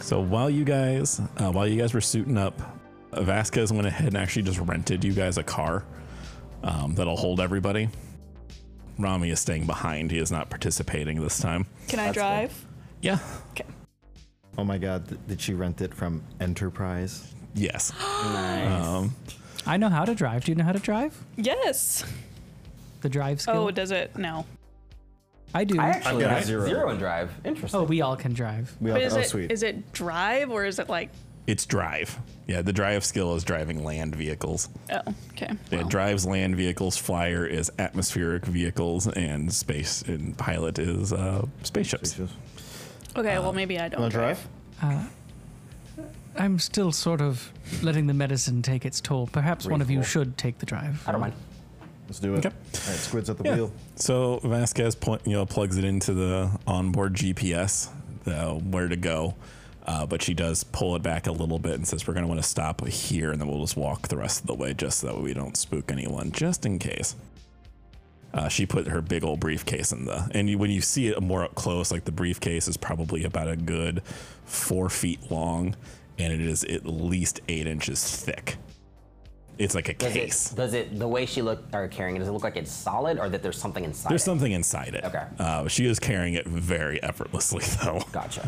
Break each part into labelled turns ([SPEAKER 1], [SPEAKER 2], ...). [SPEAKER 1] So while you guys, uh, while you guys were suiting up, Vasquez went ahead and actually just rented you guys a car um, that'll hold everybody. Rami is staying behind. He is not participating this time.
[SPEAKER 2] Can I
[SPEAKER 3] That's good.
[SPEAKER 2] drive?
[SPEAKER 1] Yeah.
[SPEAKER 2] Okay.
[SPEAKER 3] Oh my god, th- did she rent it from Enterprise?
[SPEAKER 1] Yes.
[SPEAKER 3] Nice.
[SPEAKER 1] Um,
[SPEAKER 4] I know how to drive. Do you know how to drive?
[SPEAKER 2] Yes.
[SPEAKER 4] The drive skill.
[SPEAKER 2] Oh, does it? No.
[SPEAKER 4] I do.
[SPEAKER 5] I actually
[SPEAKER 3] got
[SPEAKER 5] have
[SPEAKER 3] zero.
[SPEAKER 5] zero. in drive. Interesting.
[SPEAKER 4] oh, we all can drive.
[SPEAKER 3] We all,
[SPEAKER 2] But is
[SPEAKER 3] oh,
[SPEAKER 2] it is
[SPEAKER 3] sweet.
[SPEAKER 2] it drive or is it like
[SPEAKER 1] it's drive. Yeah, the drive skill is driving land vehicles.
[SPEAKER 2] oh okay.
[SPEAKER 1] It drives land vehicles. Flyer is atmospheric vehicles, and space and pilot is uh, spaceships.
[SPEAKER 2] Okay, well maybe I don't
[SPEAKER 3] Um, Wanna drive?
[SPEAKER 4] I'm still sort of letting the medicine take its toll. Perhaps one of you
[SPEAKER 3] Reasonable.
[SPEAKER 4] should take the drive.
[SPEAKER 5] I don't mind.
[SPEAKER 3] Let's do it.
[SPEAKER 1] Okay.
[SPEAKER 3] All right, squid's at the
[SPEAKER 1] Yeah.
[SPEAKER 3] wheel.
[SPEAKER 1] So Vasquez pl- you know plugs it into the onboard GPS uh, where to go, uh, but she does pull it back a little bit and says we're going to want to stop here and then we'll just walk the rest of the way just so that we don't spook anyone just in case. Uh, she put her big old briefcase in the and you, when you see it more up close, like the briefcase is probably about a good four feet long and it is at least eight inches thick. It's like a
[SPEAKER 5] Does
[SPEAKER 1] case.
[SPEAKER 5] it, does it the way she look are carrying it? Does it look like it's solid or that there's something inside?
[SPEAKER 1] There's
[SPEAKER 5] it?
[SPEAKER 1] something inside it.
[SPEAKER 5] Okay.
[SPEAKER 1] Uh, she is carrying it very effortlessly, though.
[SPEAKER 5] Gotcha.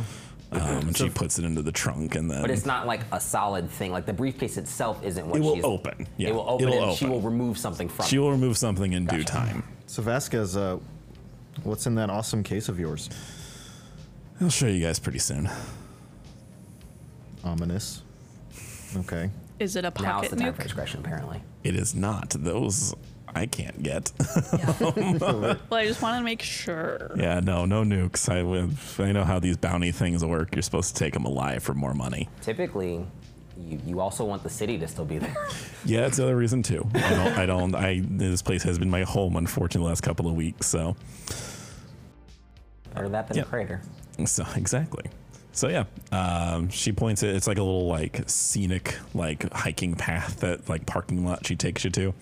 [SPEAKER 1] Um, she puts it into the trunk and then
[SPEAKER 5] But it's not like a solid thing. Like the briefcase itself isn't what
[SPEAKER 1] it will
[SPEAKER 5] she's.
[SPEAKER 1] open. Yeah.
[SPEAKER 5] It will open.
[SPEAKER 1] It'll
[SPEAKER 5] and She
[SPEAKER 1] open.
[SPEAKER 5] will remove something from.
[SPEAKER 1] She
[SPEAKER 5] it.
[SPEAKER 1] will remove something in due time.
[SPEAKER 3] So Vasquez, uh, what's in that awesome case of yours?
[SPEAKER 1] I'll show you guys pretty soon.
[SPEAKER 3] Ominous. Okay.
[SPEAKER 2] Is it a
[SPEAKER 5] Now is
[SPEAKER 2] pocket
[SPEAKER 5] the time for
[SPEAKER 2] nuke?
[SPEAKER 5] discretion, apparently.
[SPEAKER 1] It is not. Those I can't get.
[SPEAKER 2] Well, I just want to make sure.
[SPEAKER 1] yeah, no, no nukes. I would. I know how these bounty things work. You're supposed to take them alive for more money.
[SPEAKER 5] Typically, you, you also want the city to still be there.
[SPEAKER 1] Yeah, that's the other reason too. I don't. I don't. I this place has been my home, unfortunately, the last couple of weeks. So.
[SPEAKER 5] Better that than
[SPEAKER 1] Yeah.
[SPEAKER 5] a crater.
[SPEAKER 1] So exactly. So yeah, um, she points it. It's like a little like scenic like hiking path that like parking lot she takes you to.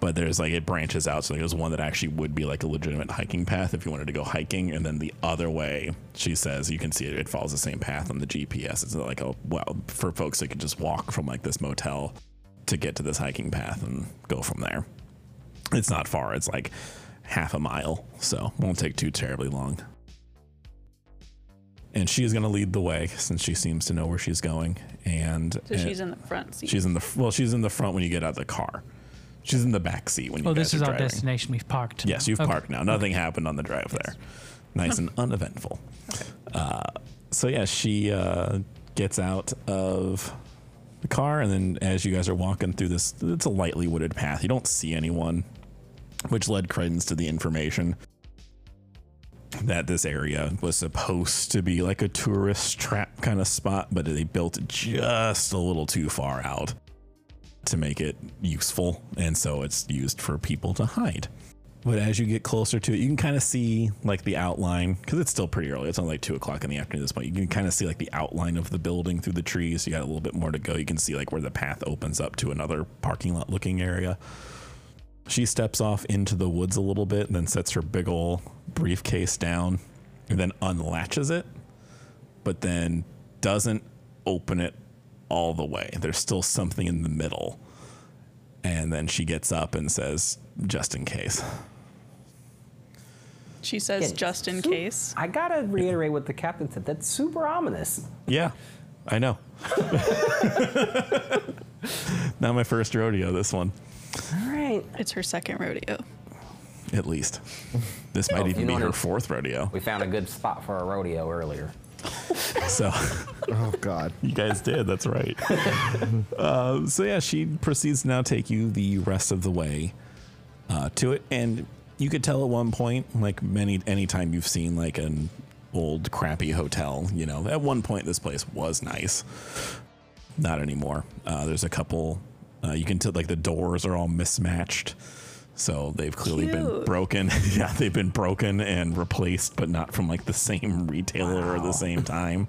[SPEAKER 1] But there's like it branches out. So there's one that actually would be like a legitimate hiking path if you wanted to go hiking, and then the other way she says you can see it. It follows the same path on the GPS. It's like oh well for folks that could just walk from like this motel to get to this hiking path and go from there. It's not far. It's like half a mile, so won't take too terribly long and she is going to lead the way since she seems to know where she's going. And
[SPEAKER 2] So
[SPEAKER 1] and
[SPEAKER 2] she's in the front seat.
[SPEAKER 1] she's in the well, she's in the front when you get out of the car. She's in the back seat when you.
[SPEAKER 4] Oh,
[SPEAKER 1] guys
[SPEAKER 4] this is
[SPEAKER 1] are
[SPEAKER 4] our
[SPEAKER 1] driving.
[SPEAKER 4] destination. We've parked.
[SPEAKER 1] Yes, you've
[SPEAKER 4] Okay.
[SPEAKER 1] parked now. Nothing happened on the drive there. Nice and uneventful. Uh, so yeah, she uh, gets out of the car, and then as you guys are walking through this, it's a lightly wooded path. You don't see anyone, which led credence to the information that this area was supposed to be like a tourist trap kind of spot, but they built it just a little too far out to make it useful, and so it's used for people to hide. But as you get closer to it, you can kind of see like the outline because it's still pretty early. It's only like two o'clock in the afternoon at this point. You can kind of see like the outline of the building through the trees. You got a little bit more to go. You can see like where the path opens up to another parking lot looking area. She steps off into the woods a little bit and then sets her big ol' briefcase down and then unlatches it, but then doesn't open it all the way. There's still something in the middle. And then she gets up and says, just in case.
[SPEAKER 2] She says
[SPEAKER 5] Again,
[SPEAKER 2] just in
[SPEAKER 5] su-
[SPEAKER 2] case.
[SPEAKER 5] I gotta reiterate what the captain said. That's super ominous.
[SPEAKER 1] Yeah, I know. Not my first rodeo, this one,
[SPEAKER 5] All right.
[SPEAKER 2] It's her second rodeo.
[SPEAKER 1] at least. This might
[SPEAKER 5] Oh,
[SPEAKER 1] even
[SPEAKER 5] you
[SPEAKER 1] be
[SPEAKER 5] know
[SPEAKER 1] her
[SPEAKER 5] what?
[SPEAKER 1] fourth rodeo.
[SPEAKER 5] We found a good spot for a rodeo earlier.
[SPEAKER 1] So
[SPEAKER 3] Oh god.
[SPEAKER 1] you guys did, that's right. uh, so yeah, she proceeds to now take you the rest of the way uh, to it. And you could tell at one point, like many, anytime you've seen like an old crappy hotel, you know, at one point this place was nice. not anymore. Uh, there's a couple. Uh, you can tell like the doors are all mismatched, so they've clearly been
[SPEAKER 2] Cute.
[SPEAKER 1] broken. yeah, they've been broken and replaced, but not from like the same retailer or the same time.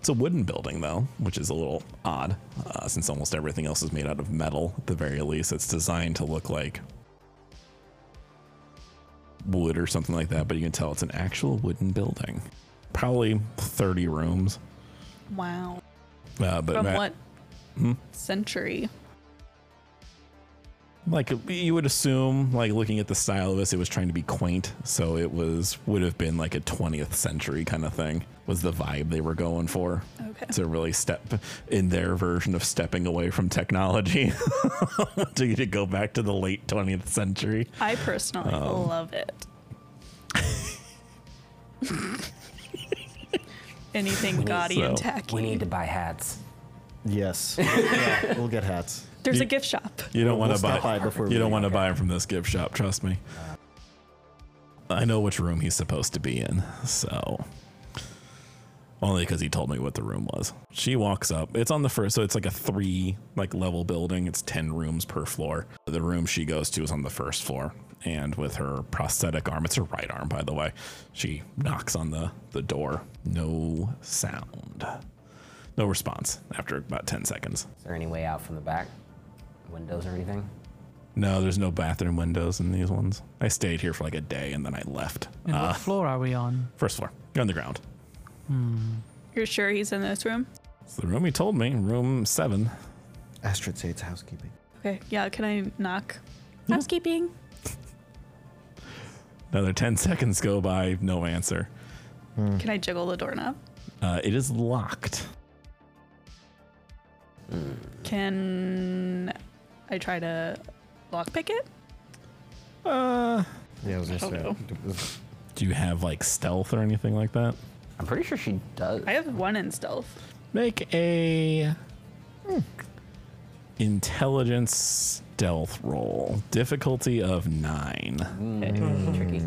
[SPEAKER 1] It's a wooden building though, which is a little odd, uh, since almost everything else is made out of metal. At the very least, it's designed to look like wood or something like that, but you can tell it's an actual wooden building. Probably 30 rooms.
[SPEAKER 2] Wow.
[SPEAKER 1] Uh, but
[SPEAKER 2] From
[SPEAKER 1] ma-
[SPEAKER 2] what
[SPEAKER 3] Hmm?
[SPEAKER 2] century?
[SPEAKER 1] like you would assume, like looking at the style of this, it was trying to be quaint. So it was would have been like a 20th century kind of thing. Was the vibe they were going for
[SPEAKER 2] Okay.
[SPEAKER 1] to really step in their version of stepping away from technology to, to go back to the late 20th century.
[SPEAKER 2] I personally
[SPEAKER 3] Oh.
[SPEAKER 2] love it. Anything gaudy and
[SPEAKER 1] so-
[SPEAKER 2] tacky.
[SPEAKER 5] We need to buy hats.
[SPEAKER 3] Yes. Yeah, we'll get hats.
[SPEAKER 2] There's
[SPEAKER 1] You-
[SPEAKER 2] a gift shop.
[SPEAKER 1] You don't
[SPEAKER 3] We'll
[SPEAKER 1] want to
[SPEAKER 3] stop
[SPEAKER 1] buy.
[SPEAKER 3] by before
[SPEAKER 1] You
[SPEAKER 3] we
[SPEAKER 1] don't
[SPEAKER 3] leave.
[SPEAKER 1] want to buy him from this gift shop. Trust me. I know which room he's supposed to be in. So only because he told me what the room was. She walks up. It's on the first, so it's like a three like level building. It's ten rooms per floor. The room she goes to is on the first floor. And with her prosthetic arm, it's her right arm, by the way. She knocks on the, the door. No sound. No response after about 10 seconds.
[SPEAKER 5] Is there any way out from the back? Windows or anything?
[SPEAKER 1] No, there's no bathroom windows in these ones. I stayed here for like a day and then I left. Uh,
[SPEAKER 4] And what floor are we on?
[SPEAKER 1] First floor, you're on the ground.
[SPEAKER 2] You're sure he's in this room?
[SPEAKER 1] It's the room he told me, room seven.
[SPEAKER 3] Astrid say it's housekeeping.
[SPEAKER 2] Okay. Yeah. Can I knock? Housekeeping.
[SPEAKER 1] Another 10 seconds go by, no answer. Mm.
[SPEAKER 2] Can I jiggle the doorknob?
[SPEAKER 1] Uh, it is locked.
[SPEAKER 2] Can I try to lockpick it?
[SPEAKER 1] Uh,
[SPEAKER 3] Yeah, I was
[SPEAKER 2] I
[SPEAKER 3] gonna
[SPEAKER 2] don't
[SPEAKER 3] say.
[SPEAKER 1] do you have like stealth or anything like that?
[SPEAKER 5] I'm pretty sure she does.
[SPEAKER 2] I have one in stealth.
[SPEAKER 1] Make a hmm, intelligence stealth roll, difficulty of nine,
[SPEAKER 4] Hmm.
[SPEAKER 5] Tricky.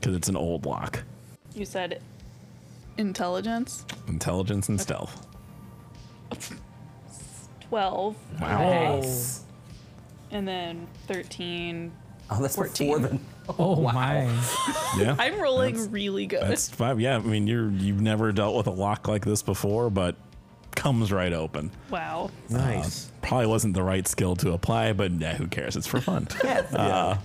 [SPEAKER 1] because it's an old lock.
[SPEAKER 2] You said intelligence.
[SPEAKER 1] Intelligence and stealth.
[SPEAKER 2] Twelve,
[SPEAKER 1] Wow.
[SPEAKER 5] Nice.
[SPEAKER 2] and then thirteen.
[SPEAKER 5] Oh, that's before
[SPEAKER 2] 14.
[SPEAKER 5] the.
[SPEAKER 4] Oh my.
[SPEAKER 1] Yeah.
[SPEAKER 2] I'm rolling really good.
[SPEAKER 1] That's five. Yeah, I mean, you're you've never dealt with a lock like this before, but comes right open.
[SPEAKER 2] wow.
[SPEAKER 3] Nice.
[SPEAKER 1] Probably wasn't the right skill to apply, but nah, who cares? It's for fun. Uh,
[SPEAKER 5] Yeah.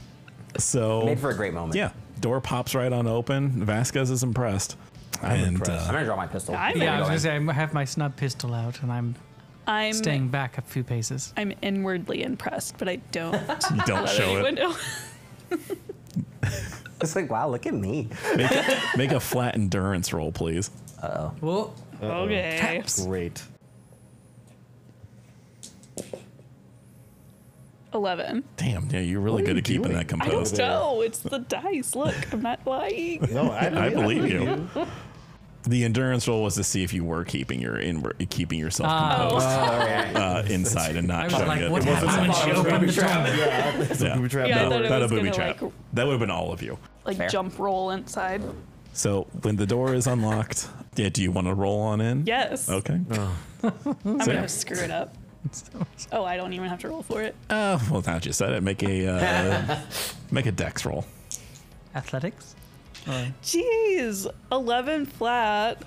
[SPEAKER 1] So
[SPEAKER 5] Made for a great moment.
[SPEAKER 1] yeah, door pops right on open. Vasquez is impressed, and
[SPEAKER 3] impressed.
[SPEAKER 5] I'm
[SPEAKER 1] Uh,
[SPEAKER 5] gonna draw my pistol.
[SPEAKER 2] I'm
[SPEAKER 5] There
[SPEAKER 4] Yeah, I
[SPEAKER 5] we
[SPEAKER 4] was
[SPEAKER 5] go.
[SPEAKER 4] gonna say I have my snub pistol out, and I'm
[SPEAKER 2] I'm
[SPEAKER 4] staying back a few paces.
[SPEAKER 2] I'm inwardly impressed, but I don't
[SPEAKER 1] you don't show it.
[SPEAKER 2] window.
[SPEAKER 5] It's like, wow, look at me.
[SPEAKER 1] Make, a, make a flat endurance roll, please.
[SPEAKER 4] Whoa.
[SPEAKER 2] Okay.
[SPEAKER 3] Great.
[SPEAKER 2] Eleven.
[SPEAKER 1] Damn, yeah, you're really
[SPEAKER 3] What are
[SPEAKER 1] good
[SPEAKER 3] you
[SPEAKER 1] at keeping
[SPEAKER 3] doing?
[SPEAKER 1] that
[SPEAKER 2] I don't
[SPEAKER 1] composed.
[SPEAKER 2] know. It's the dice. Look, I'm not lying.
[SPEAKER 3] No, I,
[SPEAKER 1] I believe you. The endurance roll was to see if you were keeping your in keeping yourself composed uh, inside and not
[SPEAKER 4] I was
[SPEAKER 1] showing
[SPEAKER 4] like,
[SPEAKER 1] it.
[SPEAKER 4] what
[SPEAKER 1] It wasn't-
[SPEAKER 4] happened when she opened the door?
[SPEAKER 1] Yeah.
[SPEAKER 3] Booby trap.
[SPEAKER 2] Yeah, I
[SPEAKER 1] No,
[SPEAKER 2] thought it
[SPEAKER 1] not a
[SPEAKER 2] was
[SPEAKER 1] booby
[SPEAKER 2] gonna,
[SPEAKER 1] trap.
[SPEAKER 2] like-
[SPEAKER 1] that would have been all of you.
[SPEAKER 2] Like
[SPEAKER 5] Fair.
[SPEAKER 2] jump roll inside.
[SPEAKER 1] So when the door is unlocked, yeah, do you want to roll on in?
[SPEAKER 2] Yes.
[SPEAKER 1] Okay.
[SPEAKER 2] I'm
[SPEAKER 1] So-
[SPEAKER 2] gonna screw it up. Oh, I don't even have to roll for it.
[SPEAKER 1] Uh, well, now that you said it, make a uh, make a dex roll.
[SPEAKER 4] Athletics? Or-
[SPEAKER 2] Jeez, eleven flat,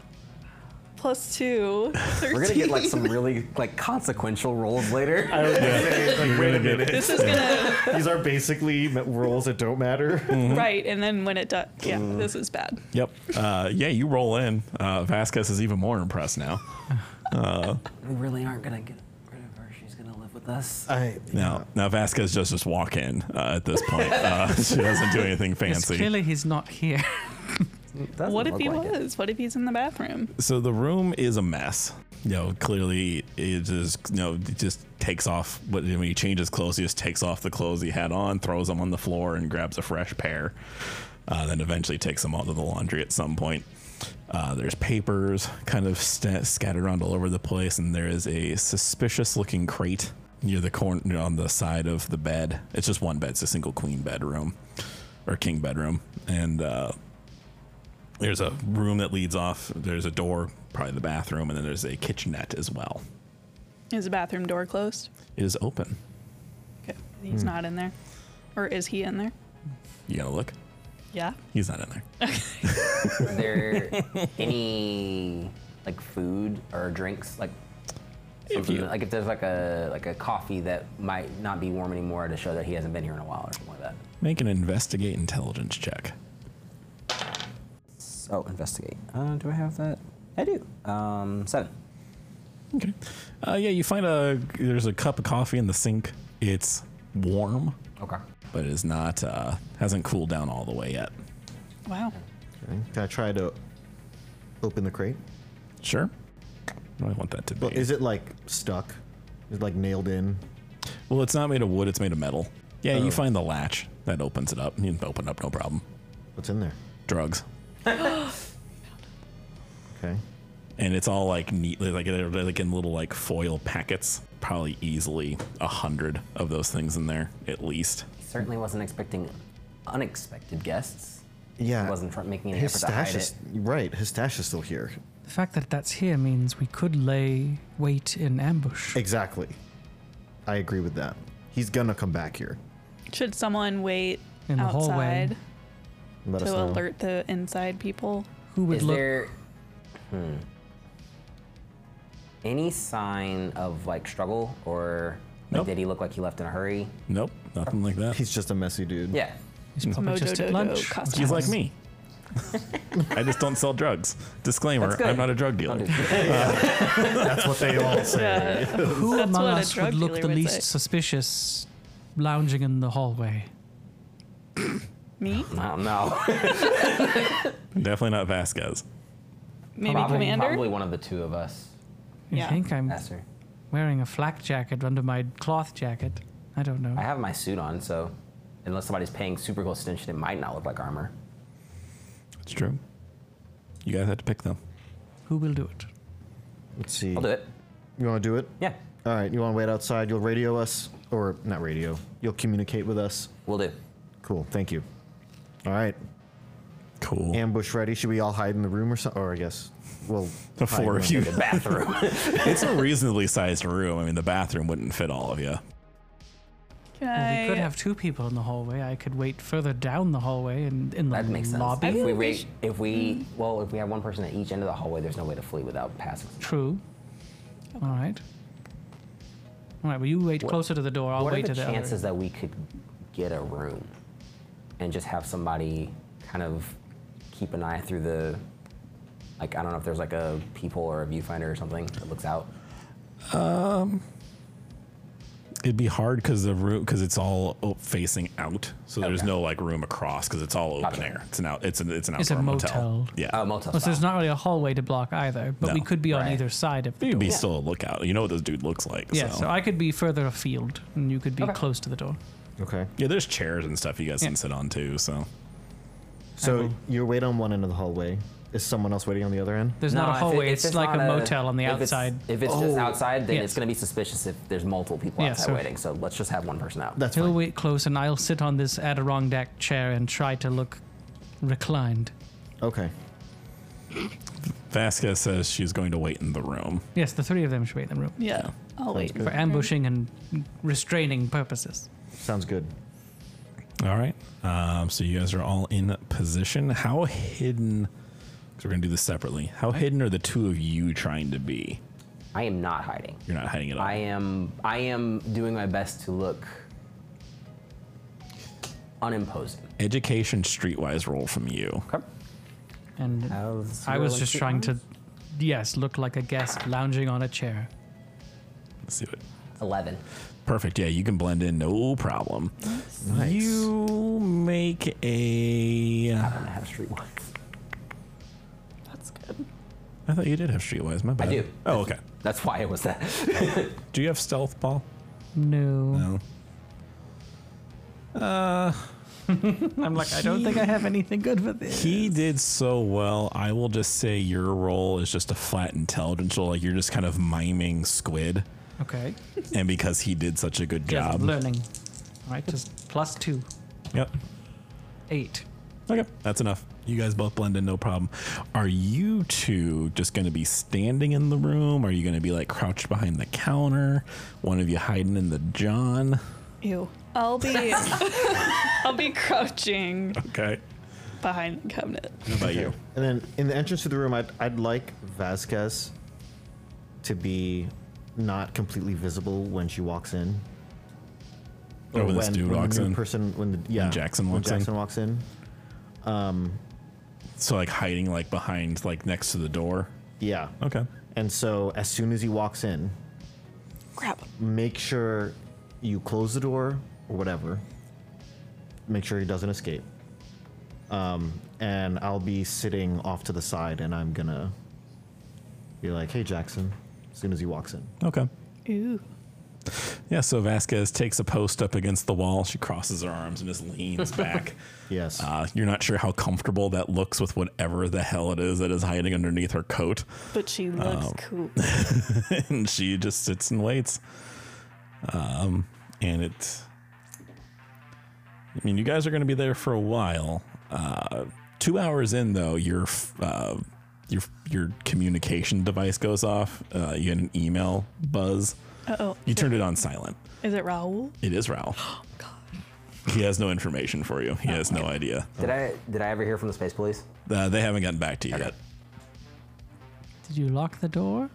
[SPEAKER 2] plus two.
[SPEAKER 5] We're gonna get like some really like consequential rolls later.
[SPEAKER 3] Wait a minute.
[SPEAKER 2] This is gonna
[SPEAKER 3] These are basically roles that don't matter.
[SPEAKER 2] right, and then when it does, yeah,
[SPEAKER 5] Mm.
[SPEAKER 2] this is bad.
[SPEAKER 1] Yep. Uh, yeah, you roll in. Uh, Vasquez is even more impressed now.
[SPEAKER 5] we really aren't gonna get rid of her. She's gonna live with us.
[SPEAKER 3] I,
[SPEAKER 1] Now, now Vasquez just just walk in uh, at this point. Uh, she doesn't do anything
[SPEAKER 4] It's
[SPEAKER 1] fancy.
[SPEAKER 4] clearly he's not here.
[SPEAKER 5] Doesn't
[SPEAKER 2] What if
[SPEAKER 5] look
[SPEAKER 2] he
[SPEAKER 5] like it.
[SPEAKER 2] was? What if he's in the bathroom?
[SPEAKER 1] so the room is a mess. You know, clearly it just you know it just takes off. What when he changes clothes, he just takes off the clothes he had on, throws them on the floor, and grabs a fresh pair. Uh, then eventually takes them out to the laundry at some point. Uh, there's papers kind of st- scattered around all over the place, and there is a suspicious-looking crate near the corner on the side of the bed. It's just one bed. It's a single queen bedroom or king bedroom, and uh, there's a room that leads off. There's a door, probably the bathroom, and then there's a kitchenette as well.
[SPEAKER 2] Is the bathroom door closed?
[SPEAKER 1] It is open.
[SPEAKER 2] Okay, he's
[SPEAKER 4] Hmm.
[SPEAKER 2] not in there, or is he in there?
[SPEAKER 1] You gonna look?
[SPEAKER 2] Yeah.
[SPEAKER 1] He's not in there.
[SPEAKER 5] Is there any like food or drinks like
[SPEAKER 1] If
[SPEAKER 5] Something
[SPEAKER 1] you-
[SPEAKER 5] like if there's like a like a coffee that might not be warm anymore to show that he hasn't been here in a while or something like that.
[SPEAKER 1] Make an investigate intelligence check.
[SPEAKER 5] So investigate. Uh, do I have that? I do. Um, seven.
[SPEAKER 1] Okay. Uh, yeah, you find a there's a cup of coffee in the sink. It's warm,
[SPEAKER 5] Okay.
[SPEAKER 1] but it is not uh, hasn't cooled down all the way yet.
[SPEAKER 2] Wow.
[SPEAKER 3] Okay. Can I try to open the crate?
[SPEAKER 1] Sure. I want that to be.
[SPEAKER 3] Well, is it like stuck? Is it like nailed in?
[SPEAKER 1] Well, it's not made of wood. It's made of metal. Yeah,
[SPEAKER 3] Oh.
[SPEAKER 1] you find the latch that opens it up. You can open it up, no problem.
[SPEAKER 3] What's in there?
[SPEAKER 1] Drugs,
[SPEAKER 3] Okay.
[SPEAKER 1] and it's all like neatly, like they're like in little like foil packets. Probably easily a hundred of those things in there, at least.
[SPEAKER 5] Certainly wasn't expecting unexpected guests.
[SPEAKER 3] Yeah.
[SPEAKER 5] Wasn't tr- making any
[SPEAKER 3] his
[SPEAKER 5] effort to hide
[SPEAKER 3] stash is
[SPEAKER 5] it.
[SPEAKER 3] right. His stash is still here.
[SPEAKER 4] The fact that that's here means we could lay wait in ambush.
[SPEAKER 3] Exactly. I agree with that. He's gonna come back here.
[SPEAKER 2] Should someone wait
[SPEAKER 4] In the hallway.
[SPEAKER 2] outside
[SPEAKER 3] Let us
[SPEAKER 2] to
[SPEAKER 3] know.
[SPEAKER 2] alert the inside people?
[SPEAKER 4] Who would
[SPEAKER 5] Is
[SPEAKER 4] look?
[SPEAKER 5] there hmm, any sign of like struggle or like,
[SPEAKER 1] Nope.
[SPEAKER 5] did he look like he left in a hurry?
[SPEAKER 1] Nope, nothing like that.
[SPEAKER 3] He's just a messy dude.
[SPEAKER 5] Yeah.
[SPEAKER 4] He's probably
[SPEAKER 2] Mojo
[SPEAKER 4] just at
[SPEAKER 2] Dojo
[SPEAKER 4] lunch.
[SPEAKER 2] costume.
[SPEAKER 1] He's like me. I just don't sell drugs. Disclaimer:
[SPEAKER 5] That's good.
[SPEAKER 1] I'm not a drug
[SPEAKER 5] Don't
[SPEAKER 1] dealer.
[SPEAKER 5] do that.
[SPEAKER 3] That's what they all say.
[SPEAKER 2] Yeah.
[SPEAKER 4] Who
[SPEAKER 2] That's
[SPEAKER 4] among
[SPEAKER 2] what a
[SPEAKER 4] us
[SPEAKER 2] drug
[SPEAKER 4] would look
[SPEAKER 2] dealer
[SPEAKER 4] the
[SPEAKER 2] would
[SPEAKER 4] least
[SPEAKER 2] say.
[SPEAKER 4] suspicious lounging in the hallway?
[SPEAKER 2] me?
[SPEAKER 5] I don't know.
[SPEAKER 1] Definitely not Vasquez.
[SPEAKER 2] Maybe
[SPEAKER 5] probably,
[SPEAKER 2] Commander?
[SPEAKER 5] probably one of the two of us.
[SPEAKER 4] You
[SPEAKER 2] Yeah.
[SPEAKER 4] think I'm
[SPEAKER 5] Esther.
[SPEAKER 4] wearing a flak jacket under my cloth jacket? I don't know.
[SPEAKER 5] I have my suit on, so unless somebody's paying super close attention, it might not look like armor.
[SPEAKER 1] It's true. You guys had to pick them.
[SPEAKER 4] Who will do it?
[SPEAKER 3] Let's see.
[SPEAKER 5] I'll do it.
[SPEAKER 3] You want to do it?
[SPEAKER 5] Yeah,
[SPEAKER 3] All right. You want to wait outside? You'll radio us, or not radio? You'll communicate with us.
[SPEAKER 5] we'll do.
[SPEAKER 3] Cool. Thank you. All right.
[SPEAKER 1] Cool.
[SPEAKER 3] Ambush ready. Should we all hide in the room or something? Or I guess we'll.
[SPEAKER 1] The
[SPEAKER 3] hide
[SPEAKER 1] four
[SPEAKER 3] when
[SPEAKER 1] of
[SPEAKER 3] we
[SPEAKER 1] you.
[SPEAKER 3] get back.
[SPEAKER 5] Bathroom.
[SPEAKER 1] it's a reasonably sized room. I mean, the bathroom wouldn't fit all of you.
[SPEAKER 2] Can
[SPEAKER 4] Well,
[SPEAKER 2] I? uh,
[SPEAKER 4] we could have two people in the hallway. I could wait further down the hallway in, in the
[SPEAKER 5] that makes sense.
[SPEAKER 4] lobby.
[SPEAKER 5] If
[SPEAKER 2] I
[SPEAKER 5] we
[SPEAKER 2] think we
[SPEAKER 5] wait, if we well, if we have one person at each end of the hallway, there's no way to flee without passing.
[SPEAKER 4] True. All right. All right. Well, you wait closer to the door. I'll
[SPEAKER 5] what are
[SPEAKER 4] wait
[SPEAKER 5] the
[SPEAKER 4] to the
[SPEAKER 5] chances
[SPEAKER 4] other.
[SPEAKER 5] that we could get a room and just have somebody kind of keep an eye through the like I don't know if there's like a peephole or a viewfinder or something that looks out.
[SPEAKER 1] It'd be hard because the room because it's all o- facing out, so there's
[SPEAKER 5] Okay.
[SPEAKER 1] no like room across because it's all open
[SPEAKER 5] Gotcha.
[SPEAKER 1] air. It's an out. It's an it's an
[SPEAKER 4] It's a
[SPEAKER 1] outdoor motel.
[SPEAKER 4] motel.
[SPEAKER 1] Yeah,
[SPEAKER 5] Oh,
[SPEAKER 4] Well,
[SPEAKER 5] motel.
[SPEAKER 4] so
[SPEAKER 5] style.
[SPEAKER 4] there's not really a hallway to block either, but we
[SPEAKER 1] No.
[SPEAKER 4] could be on
[SPEAKER 5] Right.
[SPEAKER 4] either side of the
[SPEAKER 1] you'd
[SPEAKER 4] door.
[SPEAKER 1] be still a lookout. You know what this dude looks like.
[SPEAKER 4] Yeah,
[SPEAKER 1] so.
[SPEAKER 4] so I could be further afield, and you could be
[SPEAKER 5] Okay.
[SPEAKER 4] close to the door.
[SPEAKER 3] Okay.
[SPEAKER 1] yeah, there's chairs and stuff you guys can
[SPEAKER 4] Yeah.
[SPEAKER 1] sit on too. So
[SPEAKER 3] So you wait on one end of the hallway. Is someone else waiting on the other end?
[SPEAKER 4] There's
[SPEAKER 5] No,
[SPEAKER 4] not a
[SPEAKER 5] if it-
[SPEAKER 4] hallway.
[SPEAKER 5] if
[SPEAKER 4] It's, like
[SPEAKER 5] not
[SPEAKER 4] a, motel on the
[SPEAKER 5] if it's-
[SPEAKER 4] outside.
[SPEAKER 5] if it's just
[SPEAKER 3] Oh,
[SPEAKER 5] outside, then
[SPEAKER 4] yes.
[SPEAKER 5] it's going to be suspicious if there's multiple people
[SPEAKER 4] Yeah,
[SPEAKER 5] outside
[SPEAKER 4] so-
[SPEAKER 5] waiting. So let's just have one person out.
[SPEAKER 3] That's
[SPEAKER 4] He'll
[SPEAKER 3] fine.
[SPEAKER 4] wait close, and I'll sit on this Adirondack chair and try to look reclined.
[SPEAKER 3] Okay.
[SPEAKER 1] Vasquez says she's going to wait in the room.
[SPEAKER 4] Yes, the three of them should wait in the room
[SPEAKER 2] yeah. I'll wait.
[SPEAKER 3] good.
[SPEAKER 4] for ambushing and restraining purposes.
[SPEAKER 3] Sounds good.
[SPEAKER 1] All right. Um, so you guys are all in position. How hidden? Because we're gonna do this separately. How hidden are the two of you trying to be?
[SPEAKER 5] I am not hiding.
[SPEAKER 1] You're not hiding at all.
[SPEAKER 5] I am. I am doing my best to look unimposing.
[SPEAKER 1] Education streetwise roll from you.
[SPEAKER 5] Okay.
[SPEAKER 4] And I was just trying to, yes, look like a guest lounging on a chair.
[SPEAKER 1] Let's see what.
[SPEAKER 5] Eleven.
[SPEAKER 1] Perfect. Yeah, you can blend in, no problem.
[SPEAKER 3] Nice.
[SPEAKER 1] You make a.
[SPEAKER 5] I'm gonna have street one.
[SPEAKER 2] That's good.
[SPEAKER 1] I thought you did have streetwise. My bad.
[SPEAKER 5] do.
[SPEAKER 1] Oh, okay.
[SPEAKER 5] That's why it was that.
[SPEAKER 1] Do you have stealth, Paul?
[SPEAKER 4] No.
[SPEAKER 1] No.
[SPEAKER 4] I'm like, I don't think I have anything good for this.
[SPEAKER 1] He did so well. I will just say your role is just a flat intelligence roll. Like you're just kind of miming squid,
[SPEAKER 4] Okay.
[SPEAKER 1] and because he did such a good
[SPEAKER 4] Yes,
[SPEAKER 1] job.
[SPEAKER 4] learning. All right, just plus two,
[SPEAKER 1] Yep.
[SPEAKER 4] eight.
[SPEAKER 1] Okay, that's enough. You guys both blend in, no problem. Are you two just going to be standing in the room? Are you going to be like crouched behind the counter? One of you hiding in the John?
[SPEAKER 2] Ew. I'll be. I'll be crouching
[SPEAKER 1] Okay.
[SPEAKER 2] behind the cabinet.
[SPEAKER 1] How about you?
[SPEAKER 3] And then in the entrance to the room, I'd, I'd like Vasquez to be not completely visible when she walks in.
[SPEAKER 1] Or Oh, when this dude
[SPEAKER 3] when
[SPEAKER 1] walks
[SPEAKER 3] the new
[SPEAKER 1] in?
[SPEAKER 3] Person when the yeah
[SPEAKER 1] Jackson
[SPEAKER 3] when
[SPEAKER 1] walks in?
[SPEAKER 3] Jackson walks in.
[SPEAKER 1] So like hiding like behind like next to the door.
[SPEAKER 3] Yeah.
[SPEAKER 1] Okay.
[SPEAKER 3] And so as soon as he walks in,
[SPEAKER 2] Crap.
[SPEAKER 3] make sure you close the door or whatever. Make sure he doesn't escape. Um, and I'll be sitting off to the side, and I'm gonna be like, "Hey, Jackson!" As soon as he walks in,
[SPEAKER 1] Okay.
[SPEAKER 2] Ooh.
[SPEAKER 1] Yeah, so Vasquez takes a post up against the wall. She crosses her arms and just leans back.
[SPEAKER 3] yes,
[SPEAKER 1] Uh, you're not sure how comfortable that looks with whatever the hell it is that is hiding underneath her coat.
[SPEAKER 2] But she looks cool.
[SPEAKER 1] and she just sits and waits. Um, and it. I mean, you guys are going to be there for a while. Uh, two hours in, though, your f- uh, your your communication device goes off. Uh, you get an email buzz.
[SPEAKER 2] Uh oh.
[SPEAKER 1] You turned it on silent.
[SPEAKER 2] Is it Raul?
[SPEAKER 1] It is Raoul. He has no information for you. He has no idea.
[SPEAKER 5] Did I did I ever hear from the space police?
[SPEAKER 1] Uh, they haven't gotten back to you yet.
[SPEAKER 4] Did you lock the door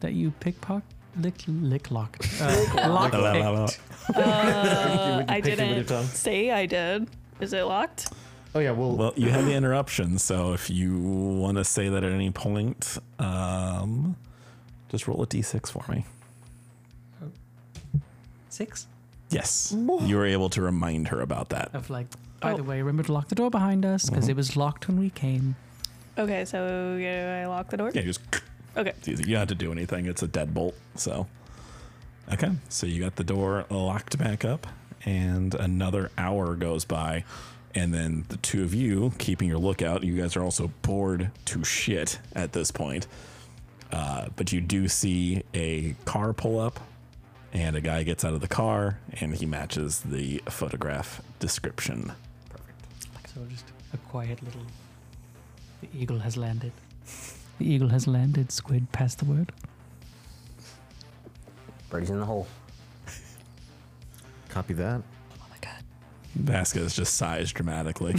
[SPEAKER 4] that you pickpock? Lick, lick locked. Uh, lock
[SPEAKER 1] La, la, la, la.
[SPEAKER 2] Uh, I
[SPEAKER 3] picked it with your
[SPEAKER 2] didn't
[SPEAKER 3] tongue?
[SPEAKER 2] say I did. Is it locked?
[SPEAKER 3] Oh yeah, well,
[SPEAKER 1] Well, you had the interruption, so if you want to say that at any point, um, just roll a d6 for me.
[SPEAKER 4] Six?
[SPEAKER 1] Yes, you were able to remind her about that.
[SPEAKER 4] Of like, by the
[SPEAKER 2] Oh.
[SPEAKER 4] way, remember to lock the door behind us because
[SPEAKER 1] Mm-hmm.
[SPEAKER 4] it was locked when we came.
[SPEAKER 2] Okay, so yeah, I lock the door.
[SPEAKER 1] Yeah, you just
[SPEAKER 2] Okay.
[SPEAKER 1] it's easy. You don't have to do anything. It's a deadbolt, so okay. So you got the door locked back up, and another hour goes by, and then the two of you keeping your lookout. You guys are also bored to shit at this point. Uh, but you do see a car pull up, and a guy gets out of the car, and he matches the photograph description.
[SPEAKER 4] So just a quiet little. The eagle has landed. The eagle has landed. Squid, pass the word.
[SPEAKER 5] Birdie's in the hole.
[SPEAKER 3] copy that.
[SPEAKER 2] Oh my god.
[SPEAKER 1] Vasquez just sighs dramatically.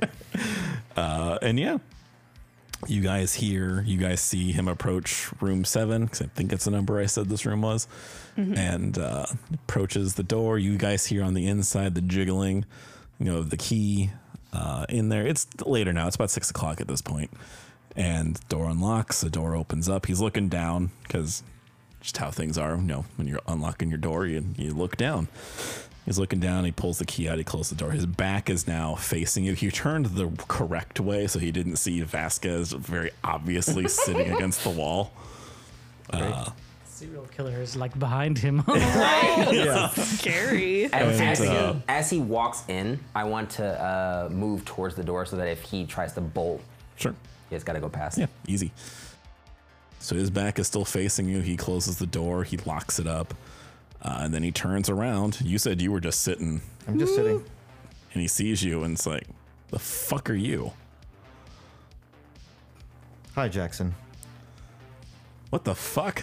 [SPEAKER 1] uh, uh, and yeah, you guys hear, you guys see him approach room seven, because I think it's the number I said this room was, and uh, approaches the door. You guys hear on the inside the jiggling, you know, of the key uh, in there. It's later now, it's about six o'clock at this point. And door unlocks, the door opens up. He's looking down because just how things are. You know, when you're unlocking your door, you, you look down. He's looking down. He pulls the key out. He closes the door. His back is now facing you. He turned the correct way, so he didn't see Vasquez very obviously sitting against the wall.
[SPEAKER 4] Serial killer is like behind him.
[SPEAKER 2] Scary.
[SPEAKER 5] As, as,
[SPEAKER 1] uh,
[SPEAKER 5] he, as he walks in, I want to uh, move towards the door so that if he tries to bolt,
[SPEAKER 1] Sure.
[SPEAKER 5] he has got to go past.
[SPEAKER 1] Yeah, easy. So his back is still facing you. He closes the door. He locks it up, uh, and then he turns around. You said you were just sitting,
[SPEAKER 3] I'm just sitting.
[SPEAKER 1] and he sees you, and it's like, "The fuck are you?
[SPEAKER 3] Hi, Jackson.
[SPEAKER 1] What the fuck?"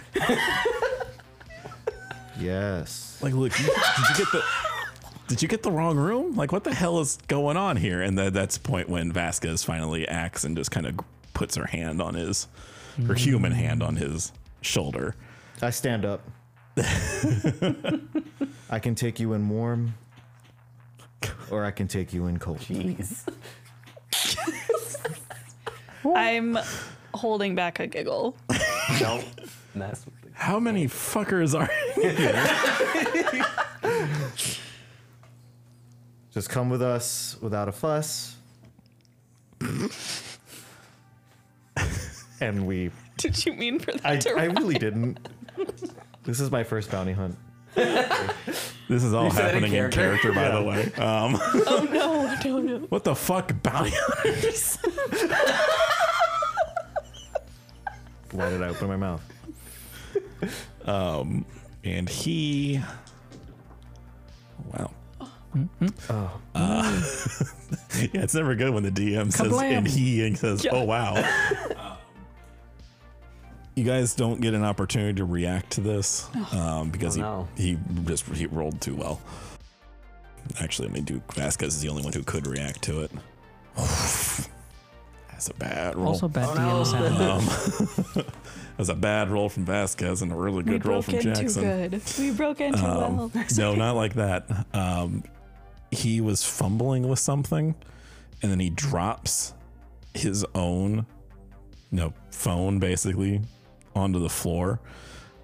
[SPEAKER 3] Yes.
[SPEAKER 1] Like, look, you, did you get the did you get the wrong room? Like, what the hell is going on here? And tha- that's the point when Vasquez finally acts and just kind of puts her hand on his, her human hand on his shoulder.
[SPEAKER 3] I stand up. I can take you in warm, or I can take you in cold.
[SPEAKER 2] I'm holding back a giggle.
[SPEAKER 5] Don't mess with the-
[SPEAKER 1] How many fuckers are?
[SPEAKER 3] Just come with us without a fuss. and we.
[SPEAKER 2] Did you mean for that
[SPEAKER 3] I,
[SPEAKER 2] to
[SPEAKER 3] I really didn't. This is my first bounty hunt.
[SPEAKER 1] This is all
[SPEAKER 5] said it in
[SPEAKER 1] happening in character,
[SPEAKER 5] character.
[SPEAKER 1] by the way. Um,
[SPEAKER 2] Oh no, no, no.
[SPEAKER 1] what the fuck, bounty hunters?
[SPEAKER 3] Why did I open my mouth?
[SPEAKER 1] And he, wow.
[SPEAKER 5] Oh.
[SPEAKER 1] Uh, yeah, it's never good when the DM says and
[SPEAKER 4] Kablam.
[SPEAKER 1] he and says, "Oh wow." Um, you guys don't get an opportunity to react to this um, because
[SPEAKER 5] Oh, no.
[SPEAKER 1] he, he just he rolled too well. Actually, I mean, Duke Vasquez is the only one who could react to it. That's a bad roll.
[SPEAKER 4] Also bad DM sound.
[SPEAKER 1] Um, that was a bad roll from Vasquez and a really
[SPEAKER 2] we
[SPEAKER 1] good roll
[SPEAKER 2] broke
[SPEAKER 1] from
[SPEAKER 2] in too
[SPEAKER 1] Jackson.
[SPEAKER 2] good. We broke in too
[SPEAKER 1] Um,
[SPEAKER 2] well.
[SPEAKER 1] no, not like that. Um, he was fumbling with something, and then he drops his own, no phone basically, onto the floor.